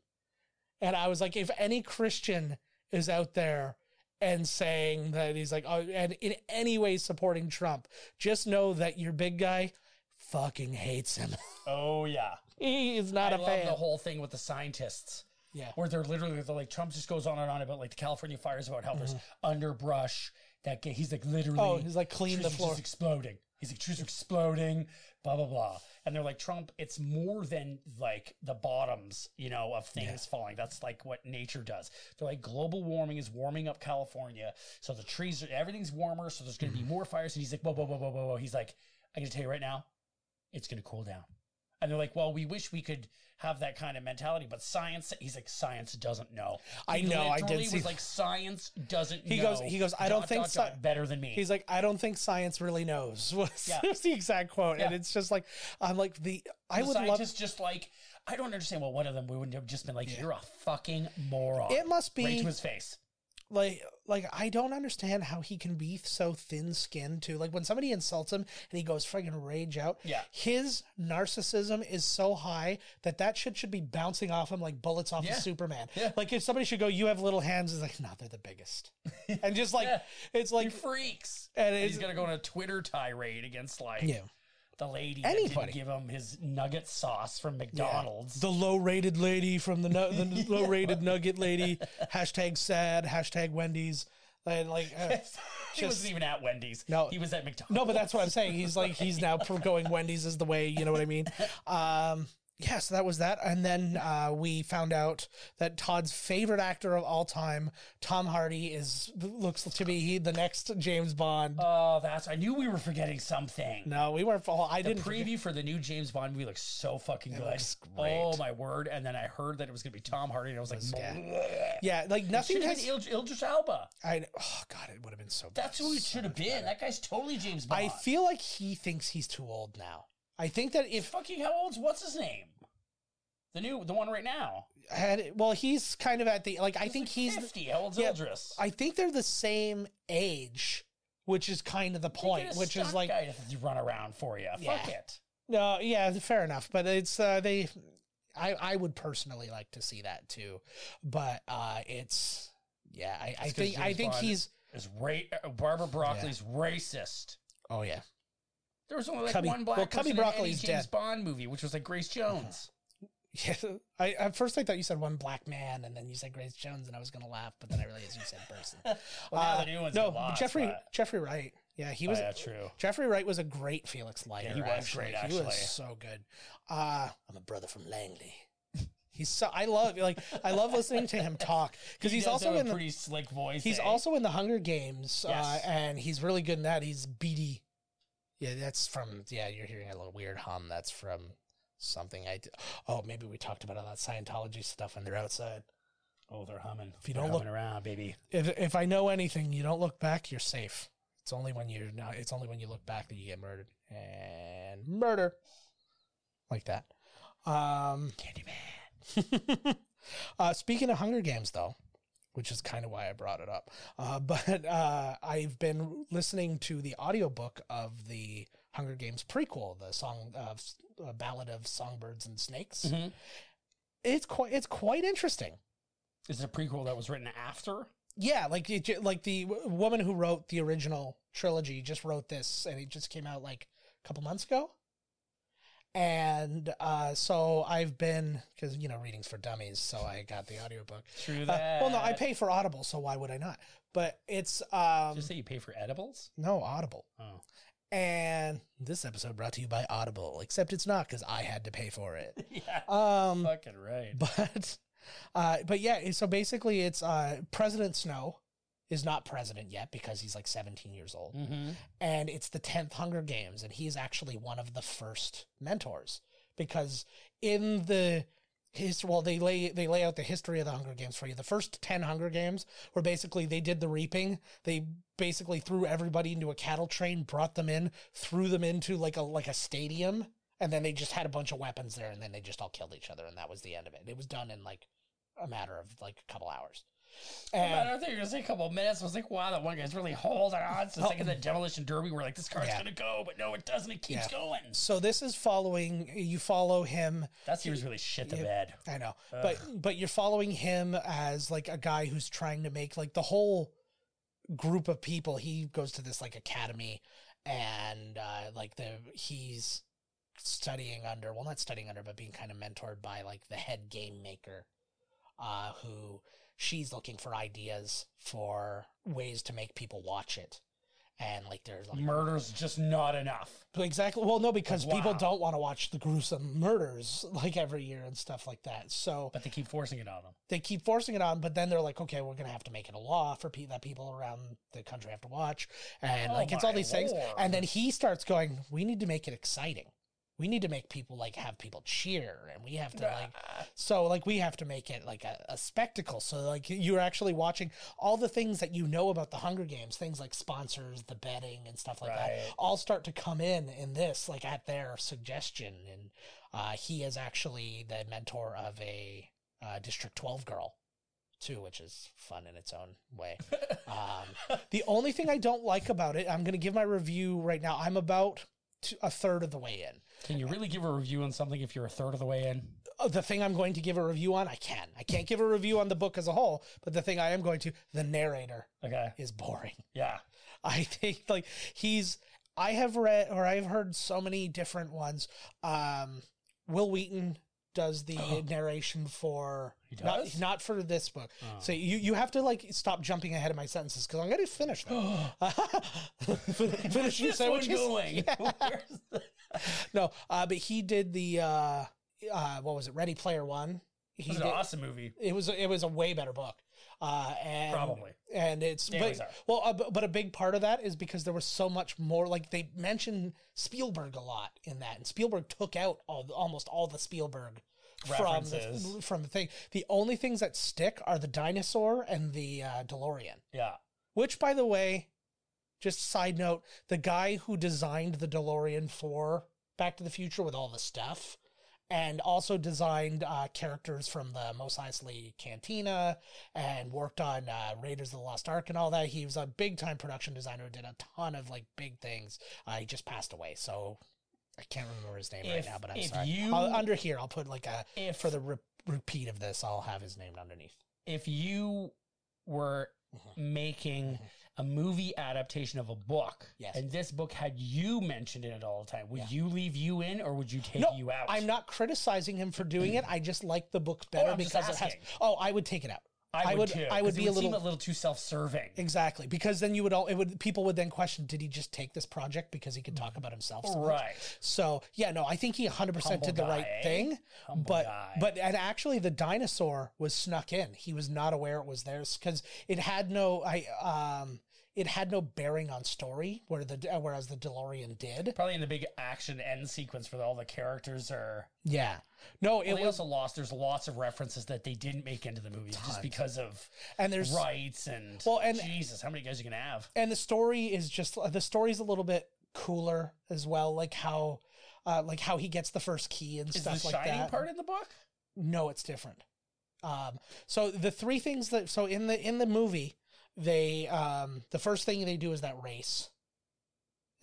[SPEAKER 2] And I was like, if any Christian is out there and saying that he's like, oh, and in any way supporting Trump, just know that your big guy fucking hates him.
[SPEAKER 3] Oh yeah.
[SPEAKER 2] he is not
[SPEAKER 3] I
[SPEAKER 2] a
[SPEAKER 3] love
[SPEAKER 2] fan.
[SPEAKER 3] the whole thing with the scientists.
[SPEAKER 2] yeah.
[SPEAKER 3] Where they're literally they're like Trump just goes on and on about like the California fires about how there's underbrush that ga- he's like literally
[SPEAKER 2] Mm-hmm. Oh, he's like, clean
[SPEAKER 3] trees
[SPEAKER 2] the
[SPEAKER 3] are
[SPEAKER 2] floor.
[SPEAKER 3] just exploding. He's like trees are exploding, blah blah blah. And they're like Trump, it's more than like the bottoms, you know, of things falling. That's like what nature does. They're like global warming is warming up California, so the trees are everything's warmer, so there's going
[SPEAKER 2] Mm-hmm.
[SPEAKER 3] to be more fires. And he's like, whoa whoa whoa whoa whoa whoa. He's like, I'm going to tell you right now, it's going to cool down. And they're like, well, we wish we could have that kind of mentality, but science, he's like, science doesn't know.
[SPEAKER 2] I know, I did
[SPEAKER 3] literally
[SPEAKER 2] see
[SPEAKER 3] was
[SPEAKER 2] that.
[SPEAKER 3] like, science doesn't
[SPEAKER 2] He
[SPEAKER 3] know.
[SPEAKER 2] goes- he goes, I don't
[SPEAKER 3] dot,
[SPEAKER 2] think
[SPEAKER 3] dot,
[SPEAKER 2] sci-
[SPEAKER 3] dot, better than me.
[SPEAKER 2] He's like, I don't think science really knows. Was
[SPEAKER 3] Yeah.
[SPEAKER 2] was the exact quote, and
[SPEAKER 3] Yeah.
[SPEAKER 2] it's just like, I'm like the. I
[SPEAKER 3] the
[SPEAKER 2] would love.
[SPEAKER 3] scientists just like, I don't understand what one of them we wouldn't have just been like, you're a fucking moron.
[SPEAKER 2] It must
[SPEAKER 3] right
[SPEAKER 2] be
[SPEAKER 3] to his face.
[SPEAKER 2] like like I don't understand how he can be so thin skinned too. Like when somebody insults him and he goes friggin' rage out.
[SPEAKER 3] Yeah.
[SPEAKER 2] His narcissism is so high that that shit should be bouncing off him like bullets off
[SPEAKER 3] Yeah.
[SPEAKER 2] of Superman.
[SPEAKER 3] Yeah.
[SPEAKER 2] Like if somebody should go, you have little hands. Is like, no, they're the biggest. and just like
[SPEAKER 3] Yeah.
[SPEAKER 2] it's like
[SPEAKER 3] He freaks.
[SPEAKER 2] and
[SPEAKER 3] He's
[SPEAKER 2] it's
[SPEAKER 3] gonna go on a Twitter tirade against like
[SPEAKER 2] yeah.
[SPEAKER 3] the lady that
[SPEAKER 2] Anybody.
[SPEAKER 3] didn't give him his nugget sauce from McDonald's.
[SPEAKER 2] The low rated lady from the nu- the low rated nugget lady. Hashtag sad. Hashtag Wendy's. And like. uh,
[SPEAKER 3] he
[SPEAKER 2] Just-
[SPEAKER 3] wasn't even at Wendy's.
[SPEAKER 2] No.
[SPEAKER 3] he was at McDonald's.
[SPEAKER 2] No, but that's what I'm saying. He's like he's now pro- going Wendy's is the way. You know what I mean? Um, yeah, so that was that, and then uh, we found out that Todd's favorite actor of all time, Tom Hardy, is looks to be he the next James Bond.
[SPEAKER 3] Oh, that's. I knew we were forgetting something.
[SPEAKER 2] no, we weren't. Fall- I
[SPEAKER 3] The
[SPEAKER 2] didn't. forget-
[SPEAKER 3] preview for the new James Bond movie looks so fucking good.
[SPEAKER 2] looks great.
[SPEAKER 3] Oh my word! And then I heard that it was gonna be Tom Hardy, and I was like,
[SPEAKER 2] yeah, like nothing
[SPEAKER 3] should have
[SPEAKER 2] has.
[SPEAKER 3] been Ild- Idris Alba.
[SPEAKER 2] I oh god, it would have been so.
[SPEAKER 3] That's who it should have been. That guy's totally James Bond.
[SPEAKER 2] I feel like he thinks he's too old now. I think that if
[SPEAKER 3] fucking how old's what's his name? The new, the one right now.
[SPEAKER 2] had well, he's kind of at the like. I think he's.
[SPEAKER 3] fifty. How old's
[SPEAKER 2] yeah,
[SPEAKER 3] Idris?
[SPEAKER 2] I think they're the same age, which is kind of the point.
[SPEAKER 3] Get a
[SPEAKER 2] Which is
[SPEAKER 3] stunt
[SPEAKER 2] like,
[SPEAKER 3] guy to run around for you. Fuck
[SPEAKER 2] Yeah.
[SPEAKER 3] it.
[SPEAKER 2] no, yeah, fair enough. But it's uh, they. I I would personally like to see that too, but uh, it's yeah. I, I
[SPEAKER 3] 'cause
[SPEAKER 2] think I
[SPEAKER 3] James
[SPEAKER 2] think
[SPEAKER 3] Bond-
[SPEAKER 2] he's.
[SPEAKER 3] Is ra- uh, Barbara Broccoli's racist?
[SPEAKER 2] Oh yeah,
[SPEAKER 3] There was only like
[SPEAKER 2] Cubby-
[SPEAKER 3] one black
[SPEAKER 2] well,
[SPEAKER 3] person
[SPEAKER 2] Cubby
[SPEAKER 3] in any
[SPEAKER 2] Broccoli's
[SPEAKER 3] James
[SPEAKER 2] dead.
[SPEAKER 3] Bond movie, which was like Grace Jones.
[SPEAKER 2] yeah. I at first I thought you said one black man, and then you said Grace Jones, and I was gonna laugh, but then I realized you said person.
[SPEAKER 3] Well, now
[SPEAKER 2] Uh,
[SPEAKER 3] the new one's
[SPEAKER 2] no,
[SPEAKER 3] been lost,
[SPEAKER 2] Jeffrey
[SPEAKER 3] but-
[SPEAKER 2] Jeffrey Wright. Yeah, he
[SPEAKER 3] Oh,
[SPEAKER 2] was
[SPEAKER 3] yeah, true.
[SPEAKER 2] Jeffrey Wright was a great Felix Leiter.
[SPEAKER 3] he was
[SPEAKER 2] actually.
[SPEAKER 3] great,
[SPEAKER 2] He
[SPEAKER 3] actually.
[SPEAKER 2] was so good. Uh, I'm a brother from Langley. He's so I love like I love listening to him talk because
[SPEAKER 3] He
[SPEAKER 2] he's
[SPEAKER 3] does
[SPEAKER 2] also
[SPEAKER 3] have
[SPEAKER 2] in
[SPEAKER 3] a
[SPEAKER 2] the,
[SPEAKER 3] pretty slick voice.
[SPEAKER 2] he's
[SPEAKER 3] eh?
[SPEAKER 2] also in the Hunger Games uh,
[SPEAKER 3] Yes.
[SPEAKER 2] and he's really good in that. He's BD. Yeah, that's from yeah. You're hearing a little weird hum. That's from something I did. Oh, maybe we talked about all that Scientology stuff when they're outside.
[SPEAKER 3] oh, they're humming.
[SPEAKER 2] If you
[SPEAKER 3] They're
[SPEAKER 2] don't look-
[SPEAKER 3] humming around, baby.
[SPEAKER 2] If if I know anything, you don't look back. You're safe. It's only when you're not. It's only when you look back that you get murdered and murder. like that. Um, Candyman. uh, speaking of Hunger Games, though, which is kind of why I brought it up, uh, but uh, I've been listening to the audiobook of the Hunger Games prequel, the song of uh, Ballad of Songbirds and Snakes.
[SPEAKER 3] Mhm.
[SPEAKER 2] It's quite it's quite interesting.
[SPEAKER 3] Is it a prequel that was written after?
[SPEAKER 2] Yeah, like it, ju- like the w- woman who wrote the original trilogy just wrote this, and it just came out like a couple months ago. And uh, so I've been because you know readings for dummies, so I got the audiobook.
[SPEAKER 3] True
[SPEAKER 2] Uh,
[SPEAKER 3] that.
[SPEAKER 2] well, no, I pay for Audible, so why would I not? But it's um,
[SPEAKER 3] Did you say you pay for edibles?
[SPEAKER 2] no Audible.
[SPEAKER 3] Oh.
[SPEAKER 2] And this episode brought to you by Audible, except it's not because I had to pay for it.
[SPEAKER 3] Yeah.
[SPEAKER 2] Um,
[SPEAKER 3] Fucking right.
[SPEAKER 2] but uh but yeah so basically it's uh president snow is not president yet because he's like 17 years old
[SPEAKER 3] Mm-hmm.
[SPEAKER 2] and it's the 10th hunger games and he's actually one of the first mentors because in the his well they lay they lay out the history of the hunger games for you the first 10 hunger games were basically they did the reaping they basically threw everybody into a cattle train brought them in threw them into like a like a stadium and then they just had a bunch of weapons there and then they just all killed each other and that was the end of it it was done in like a matter of like a couple hours
[SPEAKER 3] I
[SPEAKER 2] and
[SPEAKER 3] don't think you're gonna say a couple minutes. I was like, wow, that one guy's really holding on. It's
[SPEAKER 2] Oh.
[SPEAKER 3] just like in the demolition derby where like this car's
[SPEAKER 2] Yeah.
[SPEAKER 3] gonna go, but no, it doesn't. It keeps
[SPEAKER 2] Yeah.
[SPEAKER 3] going.
[SPEAKER 2] so this is following you follow him
[SPEAKER 3] That seems really shit to
[SPEAKER 2] Yeah.
[SPEAKER 3] bed.
[SPEAKER 2] I know,
[SPEAKER 3] Ugh.
[SPEAKER 2] but but you're following him as like a guy who's trying to make like the whole group of people. He goes to this like academy, and uh, like the he's studying under well not studying under but being kind of mentored by like the head game maker, uh, who she's looking for ideas for ways to make people watch it, and like there's like
[SPEAKER 3] Murder's just not enough.
[SPEAKER 2] Exactly. Well, no, because people
[SPEAKER 3] Wow.
[SPEAKER 2] don't want to watch the gruesome murders like every year and stuff like that. So
[SPEAKER 3] But they keep forcing it on them.
[SPEAKER 2] they keep forcing it on, but then they're like, okay, we're gonna have to make it a law for pe- that people around the country have to watch, and
[SPEAKER 3] Oh
[SPEAKER 2] like it's all
[SPEAKER 3] my
[SPEAKER 2] these things.
[SPEAKER 3] lord.
[SPEAKER 2] And then he starts going, we need to make it exciting. We need to make people like have people cheer, and we have to like so like we have to make it like a, a spectacle. So like you're actually watching all the things that you know about the Hunger Games, things like sponsors, the betting, and stuff like that,
[SPEAKER 3] Right.
[SPEAKER 2] all start to come in in this like at their suggestion. And uh, he is actually the mentor of a uh, District 12 girl too, which is fun in its own way. Um, the only thing I don't like about it, I'm going to give my review right now. I'm about t a a third of the way in.
[SPEAKER 3] Can you really give a review on something if you're a third of the way in?
[SPEAKER 2] Oh, the thing I'm going to give a review on, I can. I can't give a review on the book as a whole, but the thing I am going to, the narrator
[SPEAKER 3] Okay.
[SPEAKER 2] is boring.
[SPEAKER 3] Yeah.
[SPEAKER 2] I think like he's I have read or I've heard so many different ones. Um Will Wheaton does the narration for
[SPEAKER 3] Oh. He
[SPEAKER 2] not
[SPEAKER 3] does?
[SPEAKER 2] not for this book.
[SPEAKER 3] Oh.
[SPEAKER 2] So you you have to like stop jumping ahead of my sentences cuz I'm going to finish them. Fin- finish your
[SPEAKER 3] This one
[SPEAKER 2] sandwiches.
[SPEAKER 3] going. Where's the-
[SPEAKER 2] No, uh but he did the uh uh what was it? Ready Player 1. He
[SPEAKER 3] This is an awesome movie.
[SPEAKER 2] it was it was a way better book uh and
[SPEAKER 3] Probably.
[SPEAKER 2] and it's
[SPEAKER 3] They
[SPEAKER 2] but,
[SPEAKER 3] always are.
[SPEAKER 2] well uh, but- but a big part of that is because there was so much more like they mentioned spielberg a lot in that and spielberg took out all, the- almost all the spielberg from the,
[SPEAKER 3] References.
[SPEAKER 2] from the thing the only things that stick are the dinosaur and the uh, delorean
[SPEAKER 3] Yeah.
[SPEAKER 2] which by the way just side note the guy who designed the delorean for back to the future with all the stuff and also designed uh, characters from the Mos Eisley Cantina and worked on uh, Raiders of the Lost Ark and all that. He was a big time production designer who did a ton of like big things. Uh, he just passed away, so I can't remember his name right
[SPEAKER 3] If-
[SPEAKER 2] now. But I'm
[SPEAKER 3] if
[SPEAKER 2] sorry.
[SPEAKER 3] you-
[SPEAKER 2] I'll, under here, I'll put like a
[SPEAKER 3] If
[SPEAKER 2] for the re- repeat of this. I'll have his name underneath.
[SPEAKER 3] if you were
[SPEAKER 2] Mm-hmm.
[SPEAKER 3] making a movie adaptation of a book,
[SPEAKER 2] Yes.
[SPEAKER 3] and this book had you mentioned in it all the time, would
[SPEAKER 2] Yeah.
[SPEAKER 3] you leave you in or would you take
[SPEAKER 2] No,
[SPEAKER 3] you out?
[SPEAKER 2] I'm not criticizing him for doing it. I just like the book better
[SPEAKER 3] I'm just
[SPEAKER 2] because it has.
[SPEAKER 3] asking.
[SPEAKER 2] Oh, I would take it out.
[SPEAKER 3] I would. too,
[SPEAKER 2] I
[SPEAKER 3] 'cause
[SPEAKER 2] would
[SPEAKER 3] it
[SPEAKER 2] be a
[SPEAKER 3] seem
[SPEAKER 2] little.
[SPEAKER 3] a little too self-serving.
[SPEAKER 2] Exactly, because then you would all it would people would then question did he just take this project because he could talk about himself so much?
[SPEAKER 3] Right.
[SPEAKER 2] So yeah, no, I think he 100 percent did the
[SPEAKER 3] Humble
[SPEAKER 2] right
[SPEAKER 3] guy, eh?
[SPEAKER 2] thing.
[SPEAKER 3] Humble
[SPEAKER 2] but
[SPEAKER 3] guy.
[SPEAKER 2] but and actually, the dinosaur was snuck in. He was not aware it was there because it had no I um it had no bearing on story where the whereas the DeLorean did.
[SPEAKER 3] Probably in the big action end sequence where all the characters are.
[SPEAKER 2] Yeah, no, it
[SPEAKER 3] Well, they
[SPEAKER 2] was
[SPEAKER 3] also lost. There's lots of references that they didn't make into the movie just because of
[SPEAKER 2] and there's
[SPEAKER 3] rights and
[SPEAKER 2] Well, and-
[SPEAKER 3] Jesus, how many guys you gonna have?
[SPEAKER 2] and the story is just the story's a little bit cooler as well like how uh, like how he gets the first key and
[SPEAKER 3] Is the
[SPEAKER 2] stuff like
[SPEAKER 3] shining
[SPEAKER 2] that.
[SPEAKER 3] part in the book?
[SPEAKER 2] No, it's different. Um, so the three things that so in the in the movie they um, the first thing they do is that race,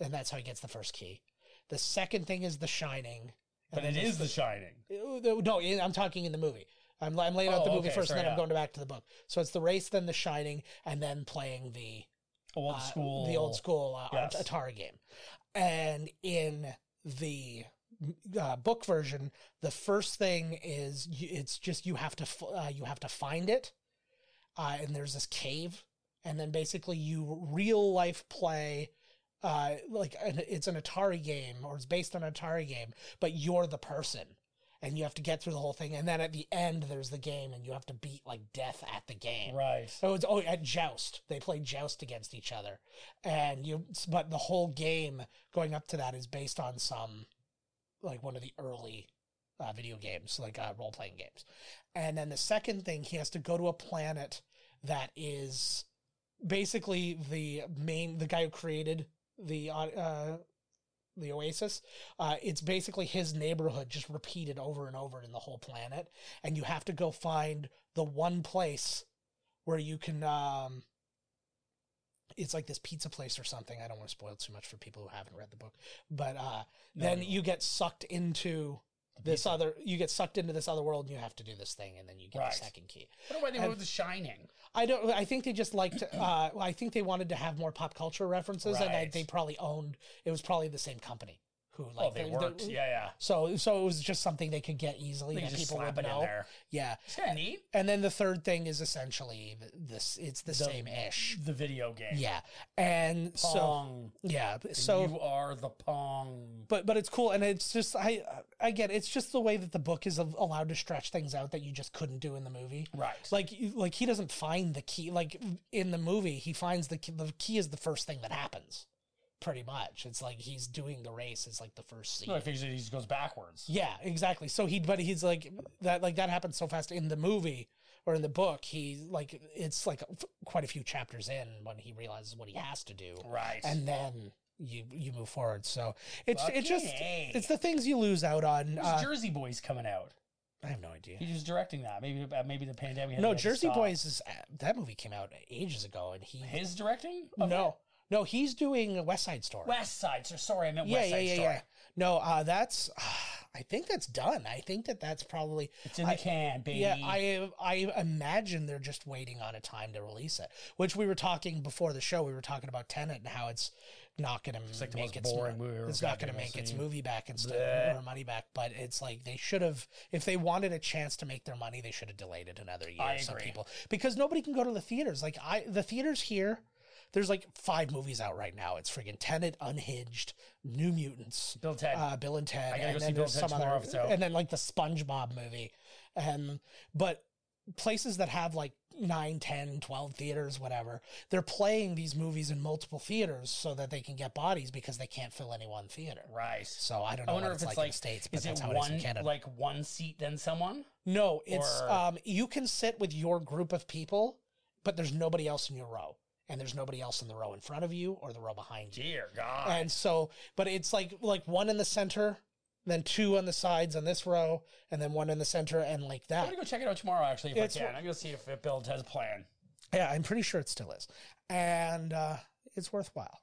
[SPEAKER 2] and that's how he gets the first key. The second thing is the shining,
[SPEAKER 3] But it is the shining.
[SPEAKER 2] no, in- I'm talking in the movie. I'm, I'm laying out
[SPEAKER 3] Oh,
[SPEAKER 2] the movie
[SPEAKER 3] okay,
[SPEAKER 2] first,
[SPEAKER 3] sorry,
[SPEAKER 2] and then I'm
[SPEAKER 3] yeah.
[SPEAKER 2] going back to the book. So it's the race, then the shining, and then playing the
[SPEAKER 3] Old
[SPEAKER 2] uh,
[SPEAKER 3] school.
[SPEAKER 2] the old school uh,
[SPEAKER 3] Yes.
[SPEAKER 2] Atari game. And in the uh, book version, the first thing is y- it's just you have to f- uh, you have to find it, uh, and there's this cave, and then basically you real life play. Uh, like an, it's an Atari game, or it's based on an Atari game, but you're the person, and you have to get through the whole thing. And then at the end, there's the game, and you have to beat like death at the game.
[SPEAKER 3] Right.
[SPEAKER 2] So it's oh at joust. They play joust against each other, and you. But the whole game going up to that is based on some, like one of the early uh, video games, like uh, role playing games. And then the second thing, he has to go to a planet that is basically the main, the guy who created the uh, uh, the Oasis. Uh, it's basically his neighborhood just repeated over and over in the whole planet, and you have to go find the one place where you can. Um, it's like this pizza place or something. I don't want to spoil too much for people who haven't read the book, but uh,
[SPEAKER 3] No,
[SPEAKER 2] then
[SPEAKER 3] we won't.
[SPEAKER 2] you get sucked into this other you get sucked into this other world and you have to do this thing and then you get
[SPEAKER 3] Right.
[SPEAKER 2] the second key
[SPEAKER 3] I wonder why they
[SPEAKER 2] and-
[SPEAKER 3] wrote the shining.
[SPEAKER 2] i don't i think they just liked uh well, i think they wanted to have more pop culture references and I,
[SPEAKER 3] Right.
[SPEAKER 2] they probably owned it was probably the same company who like
[SPEAKER 3] Oh, they worked. yeah, yeah.
[SPEAKER 2] so so it was just something they could get
[SPEAKER 3] They
[SPEAKER 2] easily
[SPEAKER 3] could
[SPEAKER 2] that
[SPEAKER 3] just
[SPEAKER 2] people would
[SPEAKER 3] slap it
[SPEAKER 2] know
[SPEAKER 3] in there.
[SPEAKER 2] yeah
[SPEAKER 3] It's kind of neat.
[SPEAKER 2] and then the third thing is essentially th- this it's the,
[SPEAKER 3] The-
[SPEAKER 2] same ish
[SPEAKER 3] The video game.
[SPEAKER 2] yeah and
[SPEAKER 3] Pong.
[SPEAKER 2] so yeah so
[SPEAKER 3] you are the pong.
[SPEAKER 2] but but it's cool and it's just i again it's just the way that the book is al- allowed to stretch things out that you just couldn't do in the movie
[SPEAKER 3] Right.
[SPEAKER 2] like you- like he doesn't find the key like in the movie he finds the key, the key is the first thing that happens pretty much it's like he's doing the race it's like the first scene
[SPEAKER 3] no, I figured he just goes backwards.
[SPEAKER 2] yeah exactly so he but he's like that like that happens so fast in the movie or in the book he like it's like f- quite a few chapters in when he realizes what he has to do
[SPEAKER 3] Right.
[SPEAKER 2] and then you you move forward. So it's
[SPEAKER 3] Fucking
[SPEAKER 2] it's just
[SPEAKER 3] A.
[SPEAKER 2] it's the things you lose out on.
[SPEAKER 3] When's
[SPEAKER 2] uh,
[SPEAKER 3] Jersey Boys coming out?
[SPEAKER 2] I have no idea.
[SPEAKER 3] He was directing that. Maybe uh, maybe the pandemic. had
[SPEAKER 2] No,
[SPEAKER 3] made it
[SPEAKER 2] Jersey
[SPEAKER 3] stop.
[SPEAKER 2] Boys is uh, that movie came out ages ago, and he
[SPEAKER 3] His directing? of
[SPEAKER 2] no no he's doing West Side Story.
[SPEAKER 3] it? West Side. So sorry, I meant
[SPEAKER 2] yeah
[SPEAKER 3] West
[SPEAKER 2] yeah
[SPEAKER 3] Side
[SPEAKER 2] yeah
[SPEAKER 3] Story.
[SPEAKER 2] yeah. No, uh, that's I think that's done. I think that that's probably
[SPEAKER 3] It's in
[SPEAKER 2] I-
[SPEAKER 3] the can, baby.
[SPEAKER 2] Yeah, I I imagine they're just waiting on a time to release it. Which we were talking before the show. We were talking about Tenet and how it's not going
[SPEAKER 3] It's
[SPEAKER 2] to
[SPEAKER 3] like the
[SPEAKER 2] make
[SPEAKER 3] most
[SPEAKER 2] its
[SPEAKER 3] boring movie I've
[SPEAKER 2] it's
[SPEAKER 3] ever
[SPEAKER 2] not going to
[SPEAKER 3] goddamn
[SPEAKER 2] make its
[SPEAKER 3] seen.
[SPEAKER 2] movie back and stuff
[SPEAKER 3] Bleh.
[SPEAKER 2] or money back. But it's like they should have if they wanted a chance to make their money, they should have delayed it another year.
[SPEAKER 3] I
[SPEAKER 2] Some
[SPEAKER 3] agree.
[SPEAKER 2] people because nobody can go to the theaters. Like I, the theaters here. There's like five movies out right now. It's friggin' Tenet, Unhinged, New Mutants,
[SPEAKER 3] Bill Ted.
[SPEAKER 2] uh, Bill and Ted,
[SPEAKER 3] I gotta
[SPEAKER 2] and
[SPEAKER 3] go
[SPEAKER 2] then
[SPEAKER 3] see Bill
[SPEAKER 2] there's
[SPEAKER 3] and Ted
[SPEAKER 2] some
[SPEAKER 3] tomorrow
[SPEAKER 2] other,
[SPEAKER 3] if it's out.
[SPEAKER 2] and then like the SpongeBob movie, and but places that have like 9 10 12 theaters whatever they're playing these movies in multiple theaters so that they can get bodies because they can't fill any one theater
[SPEAKER 3] right.
[SPEAKER 2] so i don't
[SPEAKER 3] I
[SPEAKER 2] know
[SPEAKER 3] wonder
[SPEAKER 2] what it's
[SPEAKER 3] if it's
[SPEAKER 2] like, in
[SPEAKER 3] like-
[SPEAKER 2] the states but
[SPEAKER 3] Is it
[SPEAKER 2] that's how it is
[SPEAKER 3] one
[SPEAKER 2] in canada
[SPEAKER 3] like one seat then someone?
[SPEAKER 2] no it's
[SPEAKER 3] or-
[SPEAKER 2] um you can sit with your group of people but there's nobody else in your row and there's nobody else in the row in front of you or the row behind you
[SPEAKER 3] Dear God.
[SPEAKER 2] and so but it's like like one in the center then two on the sides on this row and then one in the center and like
[SPEAKER 3] I'm
[SPEAKER 2] that
[SPEAKER 3] gonna go check it out tomorrow. Actually, if
[SPEAKER 2] It's-
[SPEAKER 3] I can, I'm gonna see if it- Bill Ted's plan.
[SPEAKER 2] Yeah, I'm pretty sure it still is, and uh, it's worthwhile.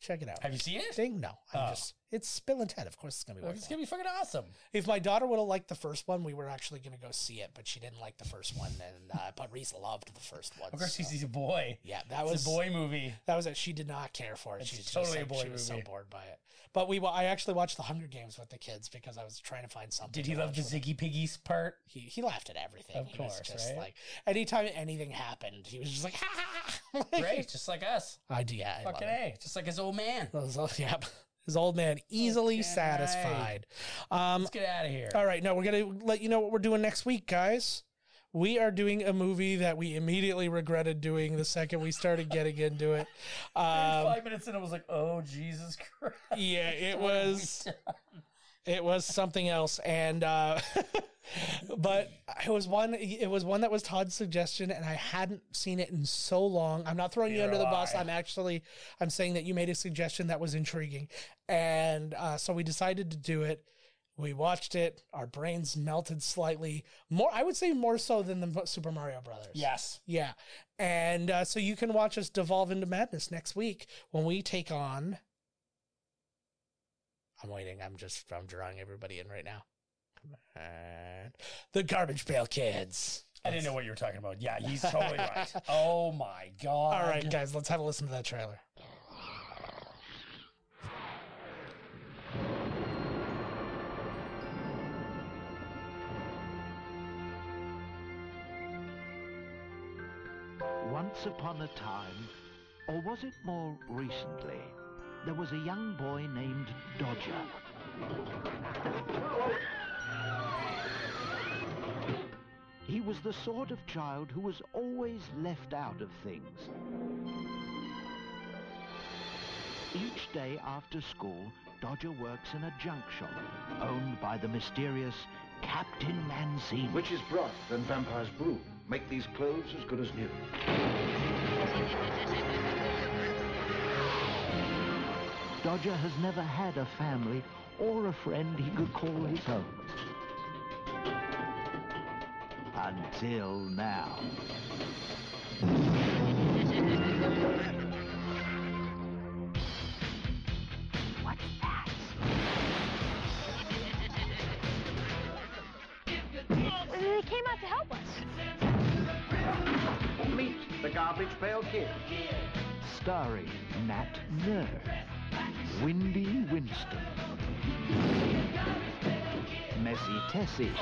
[SPEAKER 2] Check it out.
[SPEAKER 3] Have you seen it?
[SPEAKER 2] Ding? No, I'm
[SPEAKER 3] Oh.
[SPEAKER 2] just it's Bill and Ted. Of course, it's gonna be
[SPEAKER 3] Well, It's
[SPEAKER 2] worthwhile.
[SPEAKER 3] gonna be fucking awesome.
[SPEAKER 2] If my daughter would have liked the first one, we were actually gonna go see it, but she didn't like the first one, and uh, but Reese loved the first one.
[SPEAKER 3] Of course,
[SPEAKER 2] so-
[SPEAKER 3] he's a boy.
[SPEAKER 2] yeah, that
[SPEAKER 3] It's
[SPEAKER 2] was
[SPEAKER 3] a boy movie.
[SPEAKER 2] That was it. She did not care for it.
[SPEAKER 3] It's
[SPEAKER 2] She was just,
[SPEAKER 3] totally a
[SPEAKER 2] like,
[SPEAKER 3] boy
[SPEAKER 2] She was so
[SPEAKER 3] movie.
[SPEAKER 2] bored by it. But we, wa- I actually watched the Hunger Games with the kids because I was trying to find something.
[SPEAKER 3] Did he
[SPEAKER 2] to
[SPEAKER 3] love
[SPEAKER 2] watch
[SPEAKER 3] the
[SPEAKER 2] with them.
[SPEAKER 3] Ziggy Piggies part?
[SPEAKER 2] He, he laughed at everything.
[SPEAKER 3] Of
[SPEAKER 2] He was
[SPEAKER 3] course,
[SPEAKER 2] just
[SPEAKER 3] right?
[SPEAKER 2] like anytime anything happened, he was just like, ha ha. ha. Like,
[SPEAKER 3] Right, just like us.
[SPEAKER 2] I do. Yeah, I love
[SPEAKER 3] Fucking
[SPEAKER 2] it.
[SPEAKER 3] a, just like his old man.
[SPEAKER 2] Those old- yep. His old man easily
[SPEAKER 3] Okay.
[SPEAKER 2] satisfied. Um,
[SPEAKER 3] Let's get out of here.
[SPEAKER 2] all right, now we're going to let you know what we're doing next week, guys. We are doing a movie that we immediately regretted doing the second we started getting into it. Um,
[SPEAKER 3] Five minutes in, I was like, "Oh Jesus Christ!"
[SPEAKER 2] yeah, it was. It was something else, and uh, but it was one. It was one that was Todd's suggestion, and I hadn't seen it in so long. I'm not throwing you
[SPEAKER 3] Neither
[SPEAKER 2] under the
[SPEAKER 3] have
[SPEAKER 2] bus.
[SPEAKER 3] I.
[SPEAKER 2] I'm actually I'm saying that you made a suggestion that was intriguing, and uh, so we decided to do it. We watched it. Our brains melted slightly more. I would say more so than the Super Mario Brothers.
[SPEAKER 3] Yes.
[SPEAKER 2] Yeah. And uh, so you can watch us devolve into madness next week when we take on. I'm waiting. I'm just, I'm drawing everybody in right now. Come on. The Garbage Pail Kids.
[SPEAKER 3] I didn't know what you were talking about. Yeah, he's totally right. Oh my god.
[SPEAKER 2] All right, guys, let's have a listen to that trailer.
[SPEAKER 4] Once upon a time, or was it more recently, there was a young boy named Dodger. He was the sort of child who was always left out of things. Each day after school, Dodger works in a junk shop owned by the mysterious Captain Mancini.
[SPEAKER 5] Witches' broth and vampire's brew make these clothes as good as new.
[SPEAKER 4] Dodger has never had a family or a friend he could call his own. Until now. What's that?
[SPEAKER 6] They came out to help us.
[SPEAKER 5] Meet the garbage pail kid.
[SPEAKER 4] Starring Nat Nerve, Windy Winston, Messy Tessie,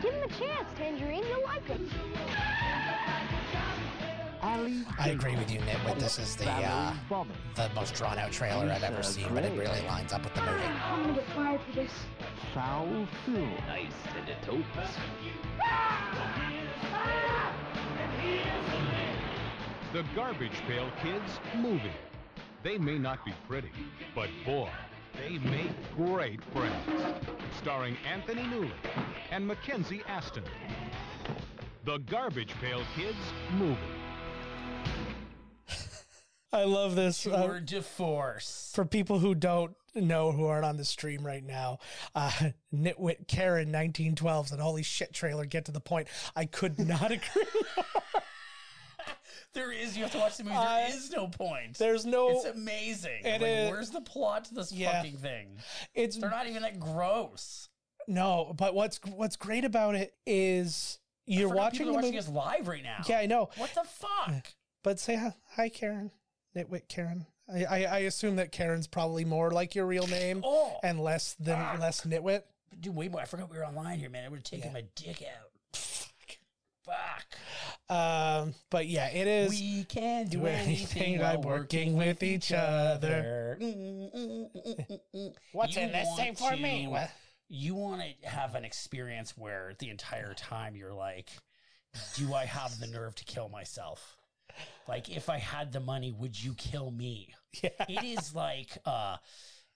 [SPEAKER 6] Give him a chance, Tangerine. You'll like it.
[SPEAKER 4] Ali.
[SPEAKER 2] I agree with you, Nitwit. This is the uh,
[SPEAKER 4] Vomit.
[SPEAKER 2] the most drawn out trailer I've ever seen, but it really lines up with the movie.
[SPEAKER 6] I'm gonna get fired for this.
[SPEAKER 4] Foul Phil.
[SPEAKER 7] The Garbage Pail Kids movie. They may not be pretty, but boy, they make great friends. Starring Anthony Newley and Mackenzie Aston. The Garbage Pail Kids movie.
[SPEAKER 2] I love this. uh,
[SPEAKER 3] Tour de force.
[SPEAKER 2] for people who don't know who aren't on the stream right now, uh, Nitwit Karen 1912's and holy shit trailer get to the point. I could not agree.
[SPEAKER 3] There is, you have to watch the movie.
[SPEAKER 2] I-
[SPEAKER 3] There is no point.
[SPEAKER 2] There's no
[SPEAKER 3] It's amazing.
[SPEAKER 2] It
[SPEAKER 3] like,
[SPEAKER 2] is-
[SPEAKER 3] where's the plot to this
[SPEAKER 2] Yeah.
[SPEAKER 3] fucking thing?
[SPEAKER 2] it's
[SPEAKER 3] They're not even that gross.
[SPEAKER 2] no, but what's what's great about it is
[SPEAKER 3] I
[SPEAKER 2] you're
[SPEAKER 3] forgot
[SPEAKER 2] watching the
[SPEAKER 3] people are
[SPEAKER 2] movie.
[SPEAKER 3] watching us live right now.
[SPEAKER 2] Yeah, I know.
[SPEAKER 3] What the fuck?
[SPEAKER 2] But say hi, hi Karen. Nitwit Karen. I, I, I assume that Karen's probably more like your real name
[SPEAKER 3] Oh.
[SPEAKER 2] and less than
[SPEAKER 3] Ah.
[SPEAKER 2] less nitwit.
[SPEAKER 3] Dude, way more. I forgot we were online here, man. I would have taken
[SPEAKER 2] Yeah.
[SPEAKER 3] my dick out. Fuck.
[SPEAKER 2] Um, but yeah, it is.
[SPEAKER 3] We can do
[SPEAKER 2] do anything
[SPEAKER 3] anything by
[SPEAKER 2] by working
[SPEAKER 3] working
[SPEAKER 2] with
[SPEAKER 3] with
[SPEAKER 2] each
[SPEAKER 3] each
[SPEAKER 2] other.
[SPEAKER 3] other. What's You want to have an experience where the entire time you're like, do I have the nerve to kill myself? Like, if I had the money, would you kill me?
[SPEAKER 2] Yeah.
[SPEAKER 3] it is like uh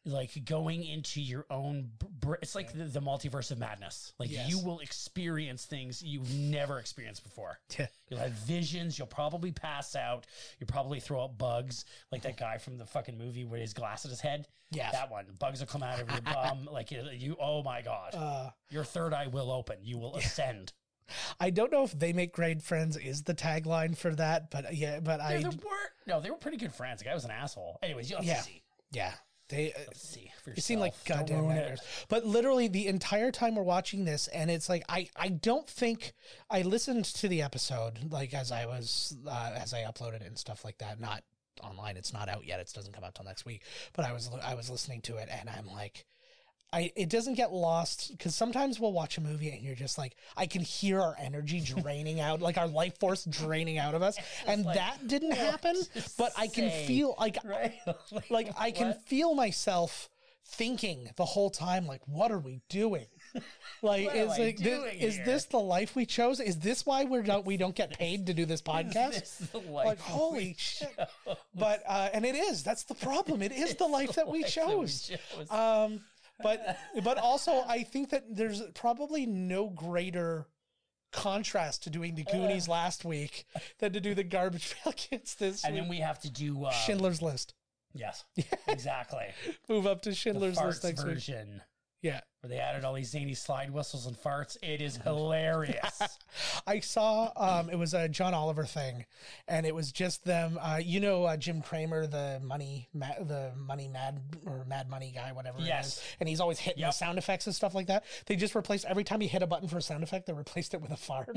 [SPEAKER 3] like going into your own br- it's like the, the multiverse of madness like
[SPEAKER 2] Yes.
[SPEAKER 3] you will experience things you've never experienced before
[SPEAKER 2] Yeah.
[SPEAKER 3] you'll have visions you'll probably pass out you'll probably throw out bugs like that guy from the fucking movie with his glass at his head
[SPEAKER 2] Yes.
[SPEAKER 3] that one bugs will come out of your bum like you- you oh my god
[SPEAKER 2] Uh,
[SPEAKER 3] your third eye will open you will ascend
[SPEAKER 2] I don't know if they make great friends is the tagline for that, but yeah, but
[SPEAKER 3] They're
[SPEAKER 2] I
[SPEAKER 3] the wor- no they were pretty good friends the guy was an asshole anyways you'll have
[SPEAKER 2] Yeah.
[SPEAKER 3] to see
[SPEAKER 2] yeah they.
[SPEAKER 3] You'll
[SPEAKER 2] Uh,
[SPEAKER 3] have to see for
[SPEAKER 2] you seem like
[SPEAKER 3] yourself. Don't
[SPEAKER 2] goddamn
[SPEAKER 3] ruin it.
[SPEAKER 2] nightmares. But literally the entire time we're watching this, and it's like I I don't think I listened to the episode like as I was uh, as I uploaded it and stuff like that. Not online. It's not out yet. It doesn't come out till next week. But I was I was listening to it, and I'm like. I, it doesn't get lost because sometimes we'll watch a movie and you're just like, I can hear our energy draining out, like our life force draining out of us. And
[SPEAKER 3] like,
[SPEAKER 2] that didn't
[SPEAKER 3] what
[SPEAKER 2] happen,
[SPEAKER 3] to
[SPEAKER 2] but I can
[SPEAKER 3] say,
[SPEAKER 2] feel like
[SPEAKER 3] right?
[SPEAKER 2] like I can
[SPEAKER 3] What?
[SPEAKER 2] feel myself thinking the whole time, like, what are we doing? Like,
[SPEAKER 3] What am
[SPEAKER 2] is
[SPEAKER 3] I
[SPEAKER 2] like, this,
[SPEAKER 3] doing
[SPEAKER 2] is
[SPEAKER 3] here?
[SPEAKER 2] this the life we chose? Is this why we're not, we don't get paid to do this podcast?
[SPEAKER 3] This is the
[SPEAKER 2] like,
[SPEAKER 3] life
[SPEAKER 2] holy shit! But uh, and it is that's the problem. It is the life that we
[SPEAKER 3] life that we
[SPEAKER 2] chose.
[SPEAKER 3] chose.
[SPEAKER 2] Um, but but also I think that there's probably no greater contrast to doing the Goonies last week than to do the Garbage Pail Kids this
[SPEAKER 3] and
[SPEAKER 2] week.
[SPEAKER 3] then we have to do uh,
[SPEAKER 2] Schindler's List.
[SPEAKER 3] Yes, exactly.
[SPEAKER 2] Move up to
[SPEAKER 3] The
[SPEAKER 2] Schindler's List
[SPEAKER 3] farts
[SPEAKER 2] next week.
[SPEAKER 3] version
[SPEAKER 2] Yeah.
[SPEAKER 3] where they added all these zany slide whistles and farts. It is hilarious.
[SPEAKER 2] I saw um, it was a John Oliver thing, and it was just them. Uh, you know uh, Jim Cramer, the money, ma- the money mad or mad money guy, whatever. it
[SPEAKER 3] Yes.
[SPEAKER 2] is, and he's always hitting
[SPEAKER 3] Yep.
[SPEAKER 2] the sound effects and stuff like that. They just replaced every time he hit a button for a sound effect, they replaced it with a fart,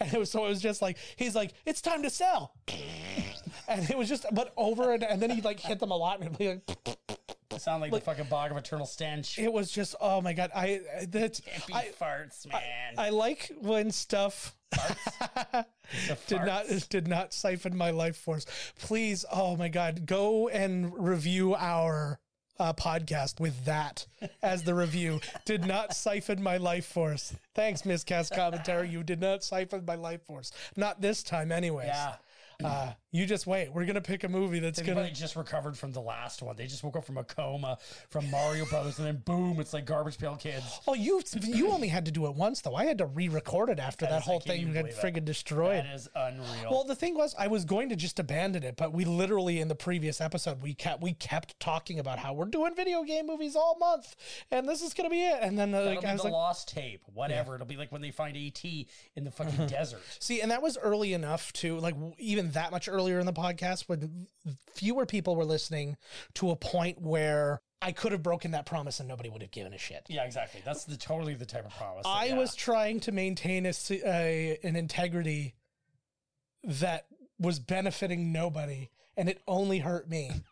[SPEAKER 2] and it was so it was just like he's like it's time to sell, and it was just but over and and then he like hit them a lot and it'd be like.
[SPEAKER 3] They sound like, the fucking bog of eternal stench.
[SPEAKER 2] It was just oh my god! I I- that's
[SPEAKER 3] Hippie
[SPEAKER 2] I,
[SPEAKER 3] farts, man.
[SPEAKER 2] I like when stuff
[SPEAKER 3] The
[SPEAKER 2] did not
[SPEAKER 3] farts.
[SPEAKER 2] did not siphon my life force. Please, oh my god, go and review our uh, podcast with that as the review. did not siphon my life force. Thanks, miscast commentary. You did not siphon my life force. Not this time, anyways.
[SPEAKER 3] Yeah.
[SPEAKER 2] Uh, you just wait. We're gonna pick a movie that's
[SPEAKER 3] Everybody
[SPEAKER 2] gonna.
[SPEAKER 3] just recovered from the last one. They just woke up from a coma from Mario Brothers, and then boom, it's like Garbage Pail Kids.
[SPEAKER 2] Oh, you you only had to do it once though. I had to re-record it after that,
[SPEAKER 3] is- I
[SPEAKER 2] whole
[SPEAKER 3] can't
[SPEAKER 2] thing
[SPEAKER 3] even
[SPEAKER 2] got
[SPEAKER 3] believe it.
[SPEAKER 2] friggin' destroyed.
[SPEAKER 3] That is unreal.
[SPEAKER 2] Well, the thing was, I was going to just abandon it, but we literally in the previous episode we kept we kept talking about how we're doing video game movies all month, and this is gonna be it. And then uh,
[SPEAKER 3] That'll
[SPEAKER 2] like, I
[SPEAKER 3] be
[SPEAKER 2] was
[SPEAKER 3] the
[SPEAKER 2] like,
[SPEAKER 3] lost tape, whatever. It'll be like when they find AT in the fucking desert.
[SPEAKER 2] see, and that was early enough to like w- even that much earlier in the podcast when fewer people were listening to a point where I could have broken that promise and nobody would have given a shit.
[SPEAKER 3] Yeah, exactly. That's the totally the type of promise. that-
[SPEAKER 2] I
[SPEAKER 3] yeah.
[SPEAKER 2] was trying to maintain a, se- a an integrity that was benefiting nobody, and it only hurt me.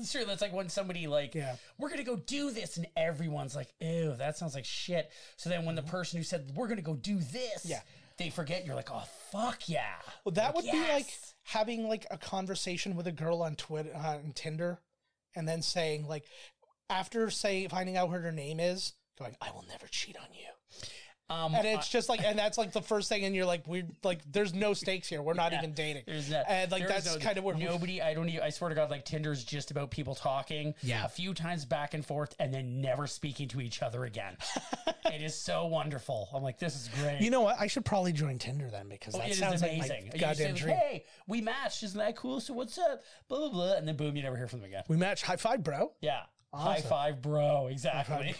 [SPEAKER 3] It's true. That's like when somebody like,
[SPEAKER 2] Yeah.
[SPEAKER 3] we're gonna go do this, and everyone's like, ew, that sounds like shit. So then when the person who said we're gonna go do this,
[SPEAKER 2] Mm-hmm. Yeah.
[SPEAKER 3] they forget. You're like, oh fuck yeah.
[SPEAKER 2] Well, that
[SPEAKER 3] Like,
[SPEAKER 2] would be like
[SPEAKER 3] yes.
[SPEAKER 2] having like a conversation with a girl on Twitter on Tinder, and then saying like, after say finding out what her name is, going, "I will never cheat on you,"
[SPEAKER 3] um,
[SPEAKER 2] and it's just like, and that's like the first thing, and you're like, "We're like, there's no stakes here. We're not even dating."
[SPEAKER 3] There's that.
[SPEAKER 2] and like
[SPEAKER 3] there is
[SPEAKER 2] that's
[SPEAKER 3] no-
[SPEAKER 2] kind of where
[SPEAKER 3] nobody. I don't. Even, I swear to God, like Tinder's just about people talking.
[SPEAKER 2] Yeah.
[SPEAKER 3] A few times back and forth, and then never speaking to each other again. it is so wonderful. I'm like, this is great.
[SPEAKER 2] You know what? I should probably join Tinder then because
[SPEAKER 3] Oh,
[SPEAKER 2] that
[SPEAKER 3] it is
[SPEAKER 2] sounds like
[SPEAKER 3] amazing.
[SPEAKER 2] my
[SPEAKER 3] You say,
[SPEAKER 2] goddamn
[SPEAKER 3] like,
[SPEAKER 2] dream.
[SPEAKER 3] Hey, we matched. Isn't that cool? So what's up? Blah blah blah. And then boom, you never hear from them again.
[SPEAKER 2] We match. High five, bro.
[SPEAKER 3] Yeah. High
[SPEAKER 2] Awesome.
[SPEAKER 3] five, bro. Exactly.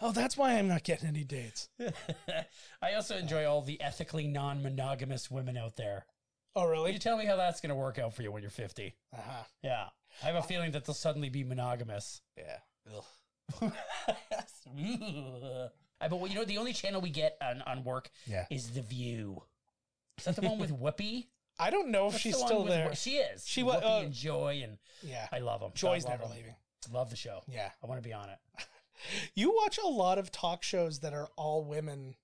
[SPEAKER 2] Oh, that's why I'm not getting any dates.
[SPEAKER 3] I also enjoy all the ethically non monogamous women out there.
[SPEAKER 2] Oh,
[SPEAKER 3] Will you
[SPEAKER 2] really?
[SPEAKER 3] tell me how that's going to work out for you when you're 50?
[SPEAKER 2] Uh-huh.
[SPEAKER 3] Yeah. I have a feeling that they'll suddenly be monogamous.
[SPEAKER 2] Yeah.
[SPEAKER 3] I, but well, you know, the only channel we get on, on work
[SPEAKER 2] Yeah.
[SPEAKER 3] is The View. Is that the one with Whoopi?
[SPEAKER 2] I don't know if
[SPEAKER 3] What's
[SPEAKER 2] Oh, she's
[SPEAKER 3] the one
[SPEAKER 2] still
[SPEAKER 3] with
[SPEAKER 2] there.
[SPEAKER 3] Whoopi? She is.
[SPEAKER 2] She
[SPEAKER 3] She
[SPEAKER 2] wa-
[SPEAKER 3] was. Whoopi
[SPEAKER 2] oh.
[SPEAKER 3] and Joy, and
[SPEAKER 2] yeah.
[SPEAKER 3] I love them.
[SPEAKER 2] Joy's
[SPEAKER 3] I love
[SPEAKER 2] never
[SPEAKER 3] 'em.
[SPEAKER 2] leaving.
[SPEAKER 3] Love the show.
[SPEAKER 2] Yeah.
[SPEAKER 3] I want to be on it.
[SPEAKER 2] You watch a lot of talk shows that are all women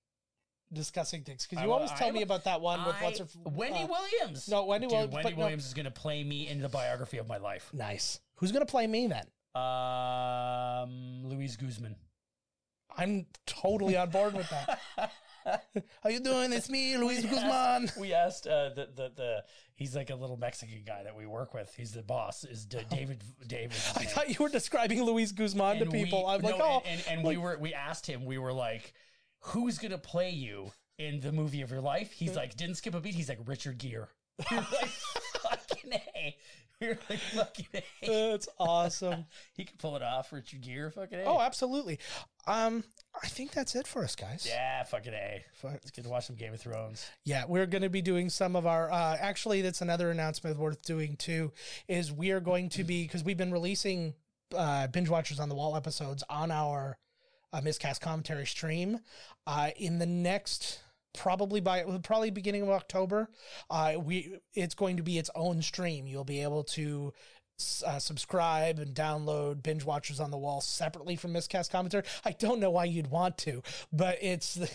[SPEAKER 2] discussing things because
[SPEAKER 3] I
[SPEAKER 2] you
[SPEAKER 3] wa-
[SPEAKER 2] always tell
[SPEAKER 3] I-
[SPEAKER 2] me about that one with what's her
[SPEAKER 3] I- Wendy
[SPEAKER 2] uh,
[SPEAKER 3] Williams.
[SPEAKER 2] no, Wendy
[SPEAKER 3] Dude,
[SPEAKER 2] Williams,
[SPEAKER 3] Wendy
[SPEAKER 2] but no-
[SPEAKER 3] Williams is going to play me in the biography of my life.
[SPEAKER 2] Nice. Who's gonna play me then?
[SPEAKER 3] Um, Louise Guzman.
[SPEAKER 2] I'm totally on board with that. How you doing? It's me, Luis Guzman.
[SPEAKER 3] We asked uh, the, the the he's like a little Mexican guy that we work with. He's the boss. Is D- David David?
[SPEAKER 2] Oh. I thought you were describing Luis Guzman to people. I'm like, oh,
[SPEAKER 3] and, and, and we were we asked him. We were like, who's gonna play you in the movie of your life?
[SPEAKER 2] Hmm.
[SPEAKER 3] He's like, didn't skip a beat. He's like Richard Gere. We were like, fucking a. We were like, fucking a.
[SPEAKER 2] that's awesome.
[SPEAKER 3] He could pull it off. Richard Gere, fucking a.
[SPEAKER 2] Oh, absolutely. Um, I think that's it for us, guys.
[SPEAKER 3] yeah, fucking a.
[SPEAKER 2] Fuck.
[SPEAKER 3] It's good to watch some Game of Thrones.
[SPEAKER 2] Yeah, we're going to be doing some of our. Uh, actually, that's another announcement worth doing too. Is we are going to be because we've been releasing uh, binge watchers on the wall episodes on our uh, miscast commentary stream uh, in the next probably by well, probably beginning of October. Uh, we it's going to be its own stream. You'll be able to. s- Uh, subscribe and download binge watchers on the wall separately from miscast commentary i don't know why you'd want to but it's the,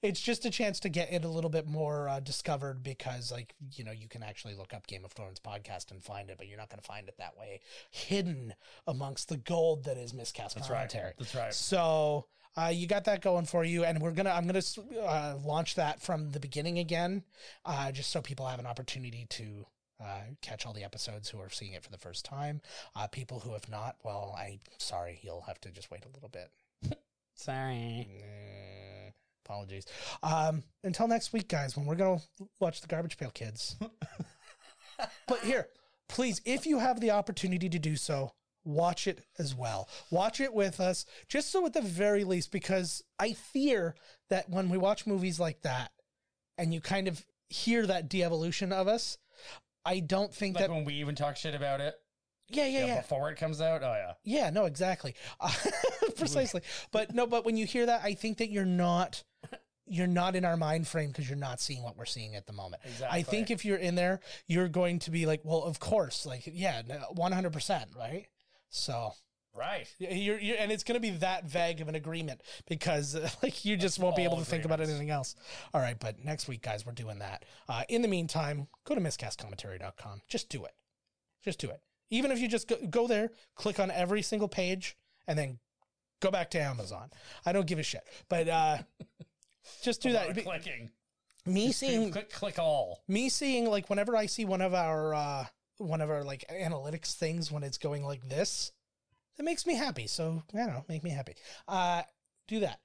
[SPEAKER 2] it's just a chance to get it a little bit more uh, discovered because like you know you can actually look up game of thrones podcast and find it but you're not going to find it that way hidden amongst the gold that is miscast commentary
[SPEAKER 3] That's right.
[SPEAKER 2] so uh, you got that going for you, and we're gonna I'm gonna uh, launch that from the beginning again, uh, just so people have an opportunity to uh, catch all the episodes who are seeing it for the first time. Uh, people who have not, well, I sorry, you'll have to just wait a little bit.
[SPEAKER 3] Sorry.
[SPEAKER 2] Eh, apologies. Um, until next week, guys, when we're gonna watch the Garbage Pail Kids. but here, please, if you have the opportunity to do so, watch it as well. Watch it with us, just so at the very least, because I fear that when we watch movies like that, and you kind of hear that de-evolution of us, I don't think
[SPEAKER 3] Like
[SPEAKER 2] that.
[SPEAKER 3] when we even talk shit about it
[SPEAKER 2] Yeah, yeah,
[SPEAKER 3] you know,
[SPEAKER 2] yeah.
[SPEAKER 3] before it comes out. Oh yeah.
[SPEAKER 2] Yeah, no, exactly. Uh, precisely. But no, but when you hear that, I think that you're not you're not in our mind frame because you're not seeing what we're seeing at the moment. I
[SPEAKER 3] Exactly.
[SPEAKER 2] think if you're in there, you're going to be like, well, of course, like yeah, one hundred percent, right? So
[SPEAKER 3] Right.
[SPEAKER 2] y- you're, you're and it's going to be that vague of an agreement because uh, like you just won't be
[SPEAKER 3] all
[SPEAKER 2] able to think about
[SPEAKER 3] agreements.
[SPEAKER 2] anything else. All right, but next week, guys, we're doing that. Uh, in the meantime, go to miscastcommentary.com. Just do it. Just do it. Even if you just go, go there, click on every single page, and then go back to Amazon. I don't give a shit, but uh, just do that.
[SPEAKER 3] Without
[SPEAKER 2] Be-
[SPEAKER 3] Clicking.
[SPEAKER 2] Me seeing
[SPEAKER 3] Click click all.
[SPEAKER 2] me seeing like whenever I see one of our uh one of our like analytics things when it's going like this, that makes me happy. So I don't know, make me happy. Uh do that.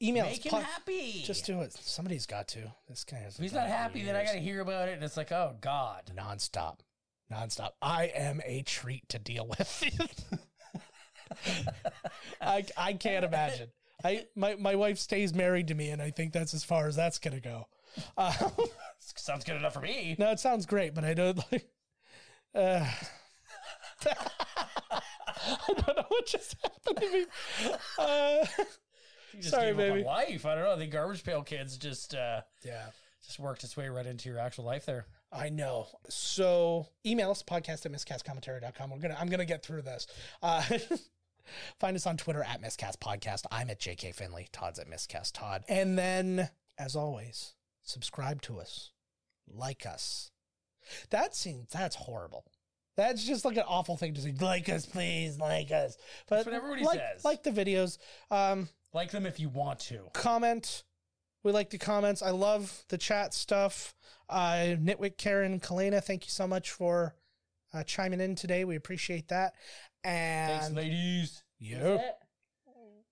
[SPEAKER 2] Email us,
[SPEAKER 3] Make him
[SPEAKER 2] pod-
[SPEAKER 3] happy.
[SPEAKER 2] Just do it. Somebody's got to. This guy has
[SPEAKER 3] If he's not happy, then I gotta hear about it, and it's like, oh god.
[SPEAKER 2] nonstop. Nonstop. I am a treat to deal with. I I can't imagine. I my, my wife stays married to me, and I think that's as far as that's gonna go. Uh,
[SPEAKER 3] Sounds good enough for me.
[SPEAKER 2] No, it sounds great, but I don't like. Uh, I don't know what just happened to me. Uh,
[SPEAKER 3] You just
[SPEAKER 2] Sorry,
[SPEAKER 3] gave up on
[SPEAKER 2] baby.
[SPEAKER 3] life. I don't know. The garbage pail kids just uh
[SPEAKER 2] yeah,
[SPEAKER 3] just worked its way right into your actual life there.
[SPEAKER 2] I know. So email us podcast at miscastcommentary.com. We're gonna I'm gonna get through this. Uh, find us on Twitter at Miscast Podcast. I'm at JK Finley. Todd's at Miscast Todd. And then, as always, subscribe to us, like us. That seems that's horrible. That's just like an awful thing to say. Like us, please, like us. But
[SPEAKER 3] what everybody
[SPEAKER 2] like,
[SPEAKER 3] says.
[SPEAKER 2] Like the videos. Um,
[SPEAKER 3] Like them if you want to.
[SPEAKER 2] comment. We like the comments. I love the chat stuff. Uh, Nitwit, Karen, Kalena, thank you so much for uh, chiming in today. We appreciate that.
[SPEAKER 3] Thanks,
[SPEAKER 2] And
[SPEAKER 3] ladies.
[SPEAKER 2] yeah,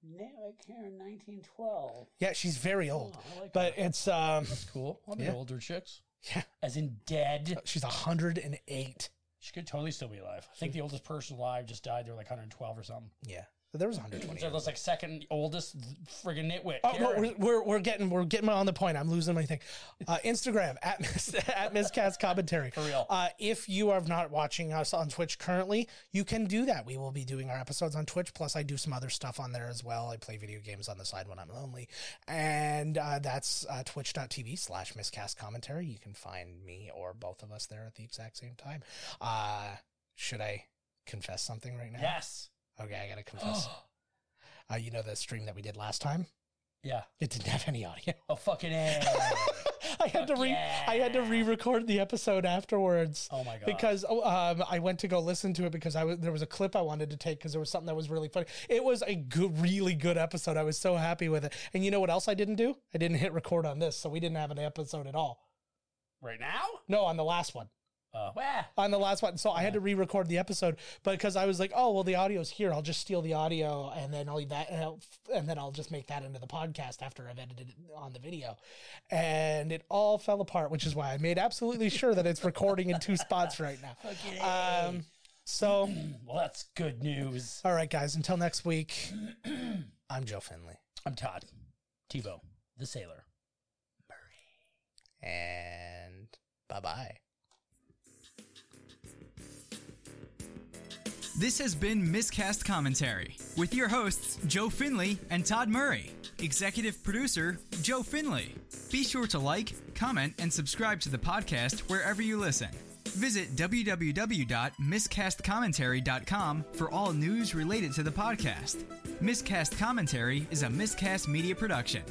[SPEAKER 3] Now I care in 1912.
[SPEAKER 2] yeah, she's very old,
[SPEAKER 3] Oh, I like
[SPEAKER 2] but it's um,
[SPEAKER 3] Cool. I'll be
[SPEAKER 2] Yeah.
[SPEAKER 3] older chicks.
[SPEAKER 2] Yeah.
[SPEAKER 3] As in dead.
[SPEAKER 2] she's 108.
[SPEAKER 3] She could totally still be alive. I think the oldest person alive just died. They were like 112 or something.
[SPEAKER 2] Yeah, but there was 120.
[SPEAKER 3] So that's like second oldest friggin' nitwit.
[SPEAKER 2] Oh no,
[SPEAKER 3] Karen.
[SPEAKER 2] we're, we're we're getting we're getting on the point. I'm losing my thing. Uh, Instagram at Miss at Miscast Commentary. For
[SPEAKER 3] real.
[SPEAKER 2] Uh, if you are not watching us on Twitch currently, you can do that. We will be doing our episodes on Twitch. Plus, I do some other stuff on there as well. I play video games on the side when I'm lonely, and uh, that's uh, twitch.tv slash Miscast Commentary. You can find me or both of us there at the exact same time. Uh, should I confess something right now?
[SPEAKER 3] Yes.
[SPEAKER 2] Okay, I gotta confess. uh, you know the stream that we did last time.
[SPEAKER 3] Yeah.
[SPEAKER 2] It didn't have any audio.
[SPEAKER 3] Oh, fucking A.
[SPEAKER 2] I had to
[SPEAKER 3] Fuck
[SPEAKER 2] re
[SPEAKER 3] yeah.
[SPEAKER 2] I had to re-record the episode afterwards.
[SPEAKER 3] Oh my God.
[SPEAKER 2] Because oh, um, I went to go listen to it because I was there was a clip I wanted to take because there was something that was really funny. It was a good, really good episode. I was so happy with it. And you know what else I didn't do? I didn't hit record on this, so we didn't have an episode at all.
[SPEAKER 3] right now?
[SPEAKER 2] No, on the last one.
[SPEAKER 3] Uh, wah.
[SPEAKER 2] On the last one, so I had to re-record the episode, but because I was like, "Oh well, the audio's here. I'll just steal the audio, and then I'll leave that, and, I'll, and then I'll just make that into the podcast after I've edited it on the video." And it all fell apart, which is why I made absolutely sure that it's recording in two spots right now. Um, so,
[SPEAKER 3] Well, that's good news.
[SPEAKER 2] all right, guys. Until next week, I'm Joe Finley,
[SPEAKER 3] I'm Todd. Tebow, the sailor.
[SPEAKER 2] and bye bye.
[SPEAKER 8] This has been Miscast Commentary with your hosts, Joe Finley and Todd Murray. Executive producer, Joe Finley. Be sure to like, comment, and subscribe to the podcast wherever you listen. Visit www.miscastcommentary.com for all news related to the podcast. Miscast Commentary is a miscast media production.